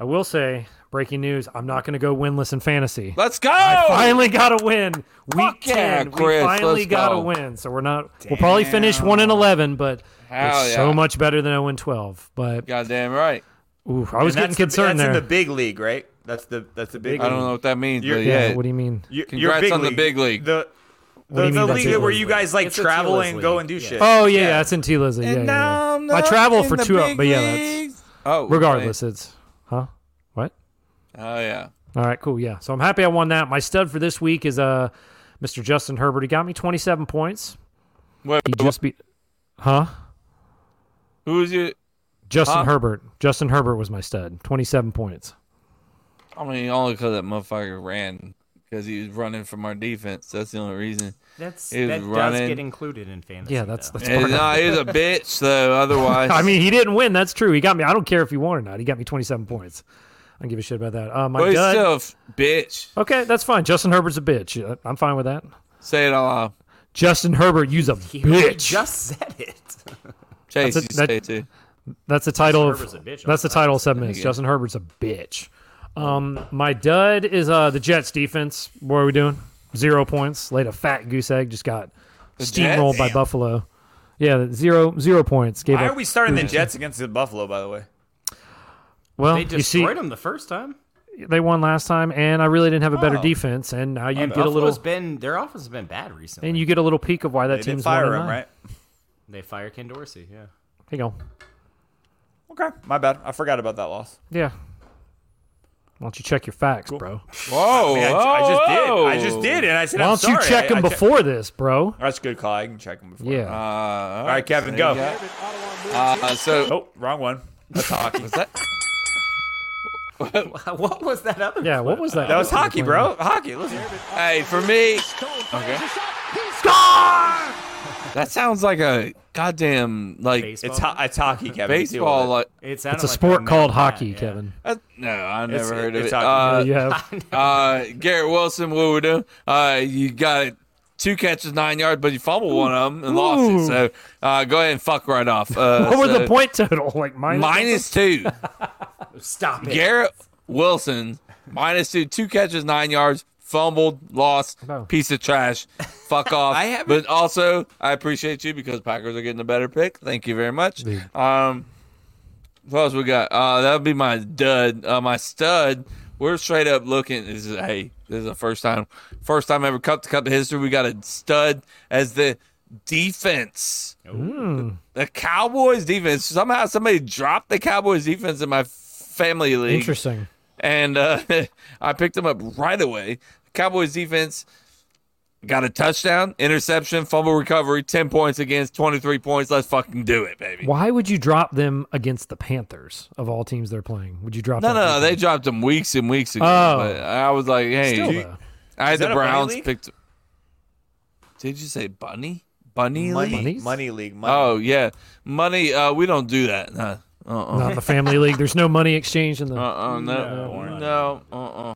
C: I will say, breaking news: I'm not going to go winless in fantasy.
B: Let's go.
C: finally got a win. Week
B: Fuck yeah,
C: ten,
B: Chris,
C: we finally
B: let's
C: got
B: go.
C: a win. So we're not. We'll probably finish one and eleven, but
B: Hell
C: it's
B: yeah.
C: so much better than zero and twelve. But
B: Goddamn right.
C: ooh, I was getting
D: And that's the-
C: concerned
D: that's
C: there.
D: in the big league, right? That's the that's the big.
B: I don't know what that means,
D: You're-
B: but
C: yeah,
B: yeah.
C: What do you mean?
D: You,
B: Congrats
D: big
B: on the
D: league.
B: big league.
D: The
C: do
D: the,
C: you
D: the
C: mean by
D: league
C: big
D: where
C: league?
D: you guys like
E: It's a
D: travel
E: Tio's
D: and go
E: league.
D: and do
E: Yeah.
D: shit.
C: Oh yeah, yeah, it's in Tila. Yeah, yeah, yeah. I travel for two,
B: hours,
C: but yeah, that's
B: oh,
C: regardless. It's huh? What?
B: wait. Oh yeah.
C: All right, cool. Yeah. So I'm happy I won that. My stud for this week is uh Mr. Justin Herbert. He got me 27 points.
B: Wait,
C: He just beat Huh?
B: who's your?
C: Justin
B: Huh?
C: Herbert. Justin Herbert was my stud. 27 points.
B: I mean, only because that motherfucker ran because he was running from our defense. That's the only reason.
E: That's
B: He was
E: that
B: running.
E: does get included in fantasy.
C: Yeah, that's
E: though.
C: that's
B: And,
C: part of it.
B: Eh, nah, he's a bitch though. Otherwise,
C: I mean, he didn't win. That's true. He got me. I don't care if he won or not. He got me 27 points. I don't give a shit about that. Uh, my
B: but he's
C: dud-
B: still a f- bitch.
C: Okay, that's fine. Justin Herbert's a bitch. Yeah, I'm fine with that.
B: Say it all out.
C: Justin Herbert, you's a
E: He already
C: bitch.
E: just said it.
B: Chase,
C: That's a-
B: you
C: that-
B: say it too.
C: That's the title of
E: Herbert's a bitch.
C: that's the title of seven minutes.
B: Yeah.
C: Justin Herbert's a bitch. Um, my dud is uh the Jets defense. What are we doing? Zero points. Laid a fat goose egg. Just got steamrolled
B: Jets?
C: by Buffalo. Yeah, zero zero points. Gave
D: Why
C: up.
D: are we starting the Jets against the Buffalo? By the way,
C: well,
E: They
C: you see,
E: destroyed him the first time.
C: they won last time, and I really didn't have a better
B: Oh.
C: defense. And now you
E: And
C: get a
E: Buffalo's
C: little,
E: been their offense has been bad recently.
C: and you get a little peek of why that
D: they did
C: team's
D: fire
C: one
D: him, right?
E: they fire Ken Dorsey. Yeah.
C: Here you go.
D: Okay, my bad. I forgot about that loss.
C: Yeah. Why don't you check your facts, bro?
B: Whoa,
D: I, mean, I, I just did. I just did, and I said,
C: Why
D: I'm
C: don't you
D: sorry.
C: check
D: I-
C: them
D: I check-
C: before this, bro?
D: That's a good call. I can check them before.
C: Yeah.
B: Uh, all
D: right, Kevin, go.
B: Uh, so
D: Oh, wrong one. That's hockey.
B: was that?
E: What was that other?
C: yeah. What was that?
D: That was
C: What they
D: hockey,
C: playing?
D: bro. Hockey. Listen.
B: Hey, for me, okay. That sounds like a goddamn like
E: Baseball.
D: It's ho- it's hockey, Kevin.
B: baseball. Like
E: It
C: It's a sport called hockey, Kevin.
B: uh, no, I never
D: It's-
B: heard of
D: it's
B: it.
D: hockey.
B: Uh,
C: you have
B: uh, Garrett Wilson, what we do? Uh, you got two catches, nine yards, but you fumbled one of them and lost it. So uh, go ahead and fuck right off. Uh,
C: what was
B: so
C: the point total? Like minus.
B: Minus two.
E: Stop it.
B: Garrett Wilson, minus two, two catches, nine yards, fumbled, lost,
C: No.
B: piece of trash. Fuck off. I have but also, I appreciate you because Packers are getting a better pick. Thank you very much. Um, what else we got? Uh, that would be my dud. Uh, my stud. We're straight up looking. This is hey. This is the first time, first time ever cup to cup history. We got a stud as the defense. The Cowboys defense. Somehow somebody dropped the Cowboys defense in my family league.
C: Interesting.
B: And uh, I picked them up right away. Cowboys defense got a touchdown, interception, fumble recovery, 10 points against 23 points. Let's fucking do it, baby.
C: Why would you drop them against the Panthers of all teams they're playing? Would you drop?
B: No,
C: them
B: no, they dropped them weeks and weeks ago.
C: Oh.
B: But I was like, hey,
C: Still,
B: you-
C: though.
B: I had
D: that
B: the
D: a bunny
B: Browns
D: league?
B: picked. Did you say bunny? Bunny league?
D: Money,
C: Bunnies?
D: money league. Money.
B: Oh, yeah. Money. Uh, we don't do that. Nah. Uh-uh.
C: Not in the family league. There's no money exchange in the.
B: Uh-uh. No. No. Uh-uh.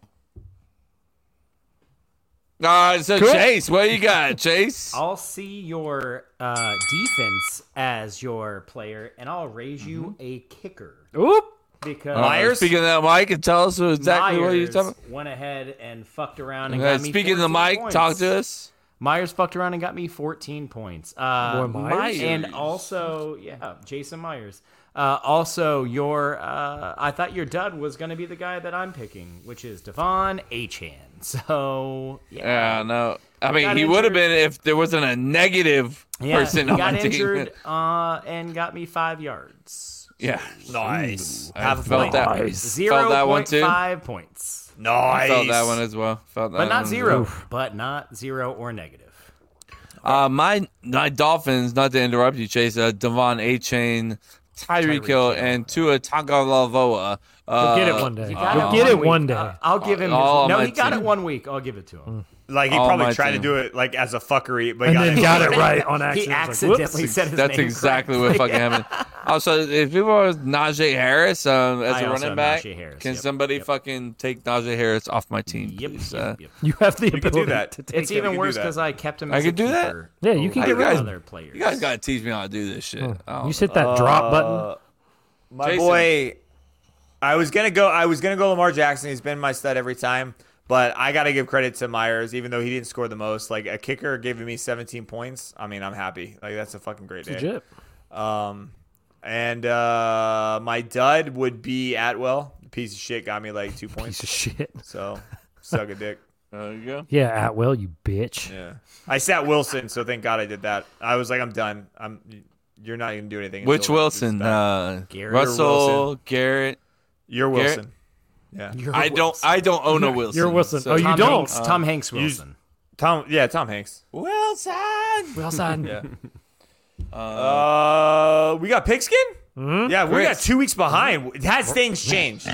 B: All right, so
C: Cool.
B: Chase, what you got, Chase?
E: I'll see your uh, defense as your player, and I'll raise
B: Mm-hmm.
E: you a kicker
C: Oop.
E: because
B: Uh, speaking of that mic, and tell us exactly what you're
E: Myers
B: talking
E: went ahead and fucked around and
B: about. Uh,
E: got me
B: speaking of the
E: 14
B: mic,
E: points.
B: talk to us.
E: Myers fucked around and got me 14 points. Uh,
C: Boy, Myers?
E: And also, yeah, Jason Myers. Uh, also, your uh, I thought your dud was going to be the guy that I'm picking, which is Devon Achan. So yeah,
B: Yeah, no. I mean,
E: got
B: he would have
E: injured.
B: been if there wasn't a negative
E: yeah
B: person
E: he
B: on
E: got
B: the
E: injured
B: team.
E: uh, and got me five yards.
B: Yeah,
D: Nice.
B: I
D: Have a
B: felt
D: point.
B: that.
E: Zero
B: Felt that one
E: point
B: too.
E: five points,
D: Nice.
B: Felt that one as well. Felt that
E: but
B: one
E: not
B: as
E: zero, but not zero or negative.
B: Uh, my my Dolphins. Not to interrupt you, Chase. Uh, Devon A. Chain, Tyreek Hill, and Tua Tagovailoa. Uh,
C: You'll get it one day.
E: You Uh, got it
C: You'll get
E: one
C: it
E: week.
C: one day.
E: I- I'll give him.
B: All
E: his,
B: on
E: no,
B: my
E: he got
B: team.
E: it one week. I'll give it to him.
D: Like he
B: All
D: probably
B: my
D: tried
B: team.
D: to do it like as a fuckery, but
C: and
D: got
C: then
D: it.
C: got it right on
E: He
C: accident. It was
E: accidentally
C: like, whoops.
E: said his
B: That's
E: name
B: exactly
E: correctly.
B: what fucking happened. Also, if people are with Najee Harris um, as
E: I
B: a
E: also
B: running
E: have
B: back,
E: Najee Harris,
B: can
E: yep,
B: somebody
E: yep.
B: fucking take Najee Harris off my team?
E: Yep,
B: please?
E: yep,
B: Uh,
E: yep.
C: You have the
D: could do
C: ability
D: that.
C: to take
E: It's
D: You
E: even
D: can
E: worse
D: do that.
E: because I kept him.
B: I
E: as a
B: could do that?
E: keeper
C: Yeah, you can
E: over
C: get rid of
E: other players.
B: You guys gotta teach me how to do this
E: Hmm.
B: shit. Oh, I don't
C: You just hit that drop button.
D: My
B: Jason.
D: boy, I was gonna go. I was gonna go Lamar Jackson. He's been my stud every time. But I gotta give credit to Myers, even though he didn't score the most. Like a kicker giving me 17 points. I mean, I'm happy. Like that's a fucking great day.
C: Legit.
D: Um, and uh, my dud would be Atwell. Piece of shit got me like two
C: Piece
D: points.
C: of shit.
D: So suck a dick.
B: There you go.
C: Yeah, Atwell, you bitch.
D: Yeah. I sat Wilson, so thank God I did that. I was like, I'm done. I'm. You're not gonna do anything.
B: Which
D: until
B: Wilson?
D: it's done.
B: Uh,
E: Garrett
B: Russell
D: or
B: Garrett.
D: You're
B: Garrett?
D: Wilson. Yeah.
B: I don't. I don't own a Wilson.
C: You're Wilson.
B: so-
C: oh, you
E: Tom
C: don't.
E: Hanks,
B: Uh,
E: Tom Hanks Wilson.
D: Tom. Yeah. Tom Hanks.
B: Wilson.
C: Well, son.
D: Uh, we got pigskin.
C: Mm-hmm.
D: Yeah, we
B: Chris.
D: got two weeks behind. Has things changed?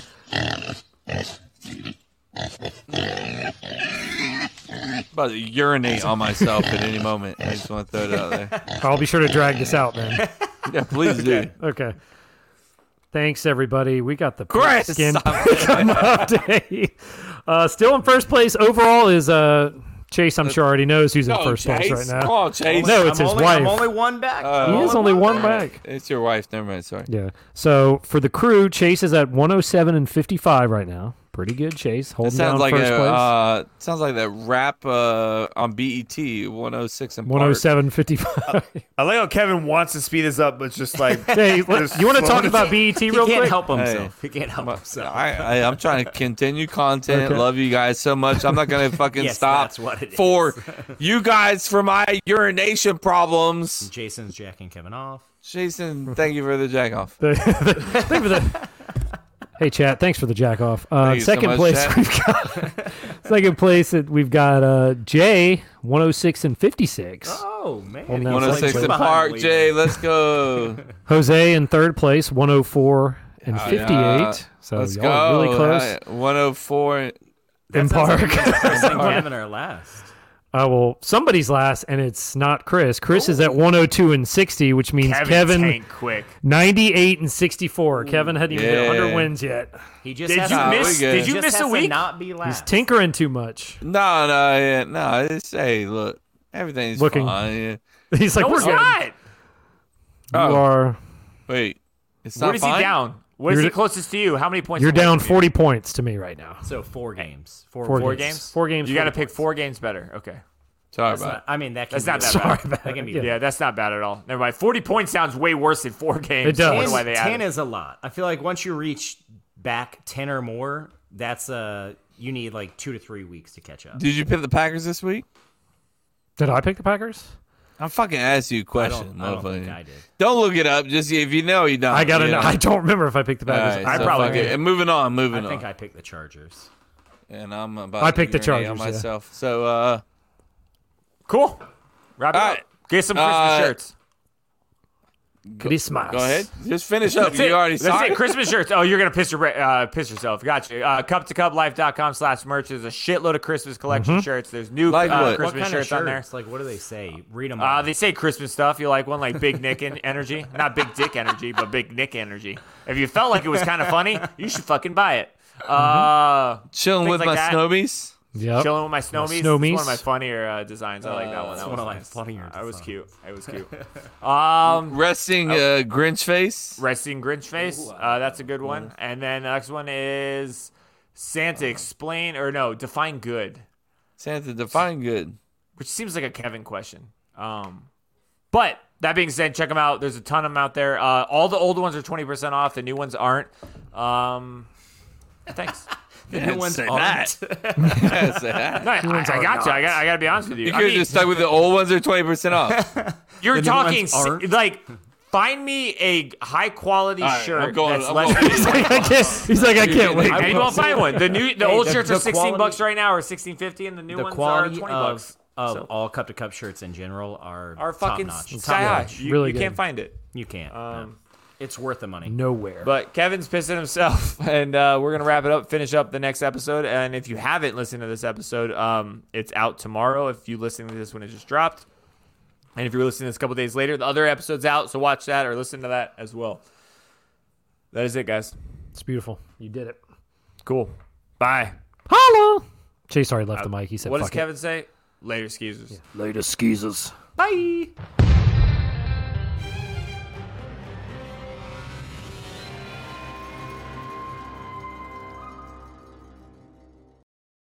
B: About to urinate on myself at any moment. I just want to throw it out there.
C: I'll be sure to drag this out then.
B: Yeah, please do.
C: Okay. Thanks, everybody. We got the
B: Chris,
C: pigskin
B: stop
C: update. Uh, still in first place overall is uh, Chase. I'm sure already knows who's in
B: Go,
C: first
B: Oh, Chase.
C: place right
B: Come
C: now.
B: on, Chase.
C: No, it's
E: I'm
C: his
E: only,
C: wife.
E: I'm only one back.
B: Uh,
E: I'm
C: he is only one back.
B: It's your wife. Never mind. Sorry.
C: Yeah. So for the crew, Chase is at 107 and 55 right now. Pretty good, Chase. Holding
B: Sounds
C: down
B: like
C: first
B: a
C: place.
B: uh, sounds like that rap uh, on BET 106 and Park.
C: 107 55.
D: I like how Kevin wants to speed us up, but it's just like
C: hey, you want
D: just
C: to talk
D: slow-
C: about BET
E: He
C: real
E: can't
C: quick?
E: help himself. He can't help himself.
B: I, I, I'm trying to continue content.
C: Okay.
B: Love you guys so much. I'm not gonna fucking
E: Yes,
B: stop
E: that's what it
B: for you guys for my urination problems.
E: Jason's jacking Kevin off.
B: Jason, thank you for the jack off.
C: The- the- thank you for the- hey, chat. Thanks for the jack off. Uh,
B: Thank you so
C: second
B: much,
C: place,
B: chat.
C: we've got second place. That we've got uh, Jay 106 and 56.
E: Oh man,
C: Well,
E: he's
C: now
E: like
C: it's
B: 106
E: two
B: and
E: behind
B: Park,
E: the
B: Jay.
E: leader.
B: Let's go.
C: Jose in third place 104 and 58. so
B: Oh, Let's
C: y'all
B: go.
C: are really close.
B: Uh, 104.
C: in park.
E: Chris and Kevin are last.
C: Uh, well, somebody's last, and it's not Chris. Chris is at 102 and 60, which means Kevin,
D: tank quick.
C: 98 and 64. Kevin hadn't even hit 100
B: Yeah.
C: wins yet.
E: He just
D: Did
E: has
D: you
E: to,
D: miss?
B: we good.
D: Did you
E: just
D: miss
E: has
D: a
E: to
D: week?
E: Not be last.
C: He's tinkering too much.
B: No, no, yeah, no. It's, hey, look, everything's
C: Looking.
B: fine. yeah.
C: He's like,
D: No,
C: we're
D: it's
C: good.
D: not.
C: You
B: Oh.
C: are.
B: Wait, it's not
D: What is he
B: fine?
D: down? What is
C: You're-
D: he closest to you? How many points?
C: You're
D: away
C: down
D: from you?
C: 40 points to me right now.
E: So four games. Four,
C: Four
D: Four
E: four
D: games.
C: Four games,
D: You got to
C: 40
D: pick four games better. Okay.
B: Sorry
E: That's
B: about
E: not- I mean, that can
D: That's
E: be
D: not that
E: Sorry,
D: bad.
E: that can be.
D: Yeah, that's not bad at all. Never mind. Forty points sounds way worse than four games.
C: It does.
D: I wonder
E: Ten-
D: why they added
E: ten
D: it.
E: is a lot. I feel like once you reach back ten or more, that's uh you need like two to three weeks to catch up.
B: Did you pick the Packers this week?
C: Did I pick the Packers?
B: I'm fucking asking you
E: I
B: a question,
E: don't, I don't think
B: motherfucker.
E: I did.
B: Don't look it up. Just if you know, you don't.
C: I got to
B: you
C: know.
B: know.
C: I don't remember if I picked the
B: All
C: Packers.
B: right,
C: I
B: so
C: probably
B: fuck it.
C: did.
B: And moving on,
E: I
B: moving
E: think
B: on.
E: I picked the Chargers.
B: and I'm about.
C: I
B: to
C: picked the
B: urinate on
C: Chargers, yeah.
B: myself. So, uh,
D: Cool. Wrap it
B: All
D: up.
B: right.
D: Get some Christmas
B: Uh,
D: shirts.
C: Christmas.
B: go ahead. Just finish up.
D: That's
B: you
D: it.
B: already
D: That's
B: saw
D: it. Christmas shirts. Oh, you're gonna piss your bra- uh, piss yourself. Gotcha. Uh, cup to cuplife.com slash merch. There's a shitload of Christmas
C: Mm-hmm.
D: collection shirts. There's new
B: Like
D: uh,
B: what?
D: Christmas
E: what kind
D: shirts,
E: of
D: on there.
E: shirts? Like, what do they say? Read them.
D: Uh, they say Christmas stuff. You like one like Big Nick en- energy, not Big Dick energy, but Big Nick energy. If you felt like it was kind of funny, you should fucking buy it. Uh,
E: Mm-hmm.
B: Chilling
D: Things
B: with
D: like
B: my
D: that.
B: snowbies.
E: Oh.
C: Yep.
D: chilling with my snowmies. It's
C: snowmies.
D: one of my funnier uh, designs. I like that one. That
E: one
D: was
E: of my
D: nice.
E: funnier
D: I was cute.
E: designs.
D: I was cute. um,
B: Resting uh, Grinch face.
D: Resting Grinch face. Uh, that's a good one. And then the next one is
E: Uh-huh.
D: Santa explain or no define good.
B: Santa, define good.
D: which seems like a Kevin question. Um, but that being said, check them out. There's a ton of them out there. Uh, all the old ones are 20% off. The new ones aren't. Um, thanks.
E: The
B: Yeah,
E: new ones
B: say
E: aren't.
B: Yeah, say that.
D: No, I, I got you. I got, I got to be honest with you.
B: You
D: I
B: could have
D: mean,
B: just stuck with the old ones. They're twenty percent off.
D: you're
E: new
D: talking
E: ones
D: si-
E: aren't.
D: like find me a high quality
B: right, I'm
D: shirt
B: going-
D: that's
B: I'm
D: less
B: going-
D: than
C: He's like, I can't, he's like, I can't wait.
D: And you won't find one. The new, the
E: Hey,
D: old
E: the-
D: shirts
E: the
D: are sixteen
E: quality-
D: bucks right now, or sixteen fifty, and the new
E: The
D: ones
E: quality
D: are twenty
E: of,
D: bucks.
E: of
D: So-
E: all cup to cup shirts in general are
D: Are fucking
E: top-notch.
D: sky high.
E: Top-notch.
D: You,
C: Really
D: you
C: good.
D: can't find it.
E: You can't. no. Um, It's worth the money.
C: Nowhere.
D: But Kevin's pissing himself, and uh, we're gonna wrap it up, finish up the next episode. And if you haven't listened to this episode, um, it's out tomorrow. If you listen to this when it just dropped, and if you're listening to this a couple days later, the other episode's out. So watch that or listen to that as well. That is it, guys.
C: It's beautiful. You did it.
D: Coul. Bye.
C: Hello.
B: Uh,
C: Chase already left the mic. He said,
D: What does
C: Fuck it.
D: Kevin say? Later, skeezers.
C: Later, skeezers.
D: Bye.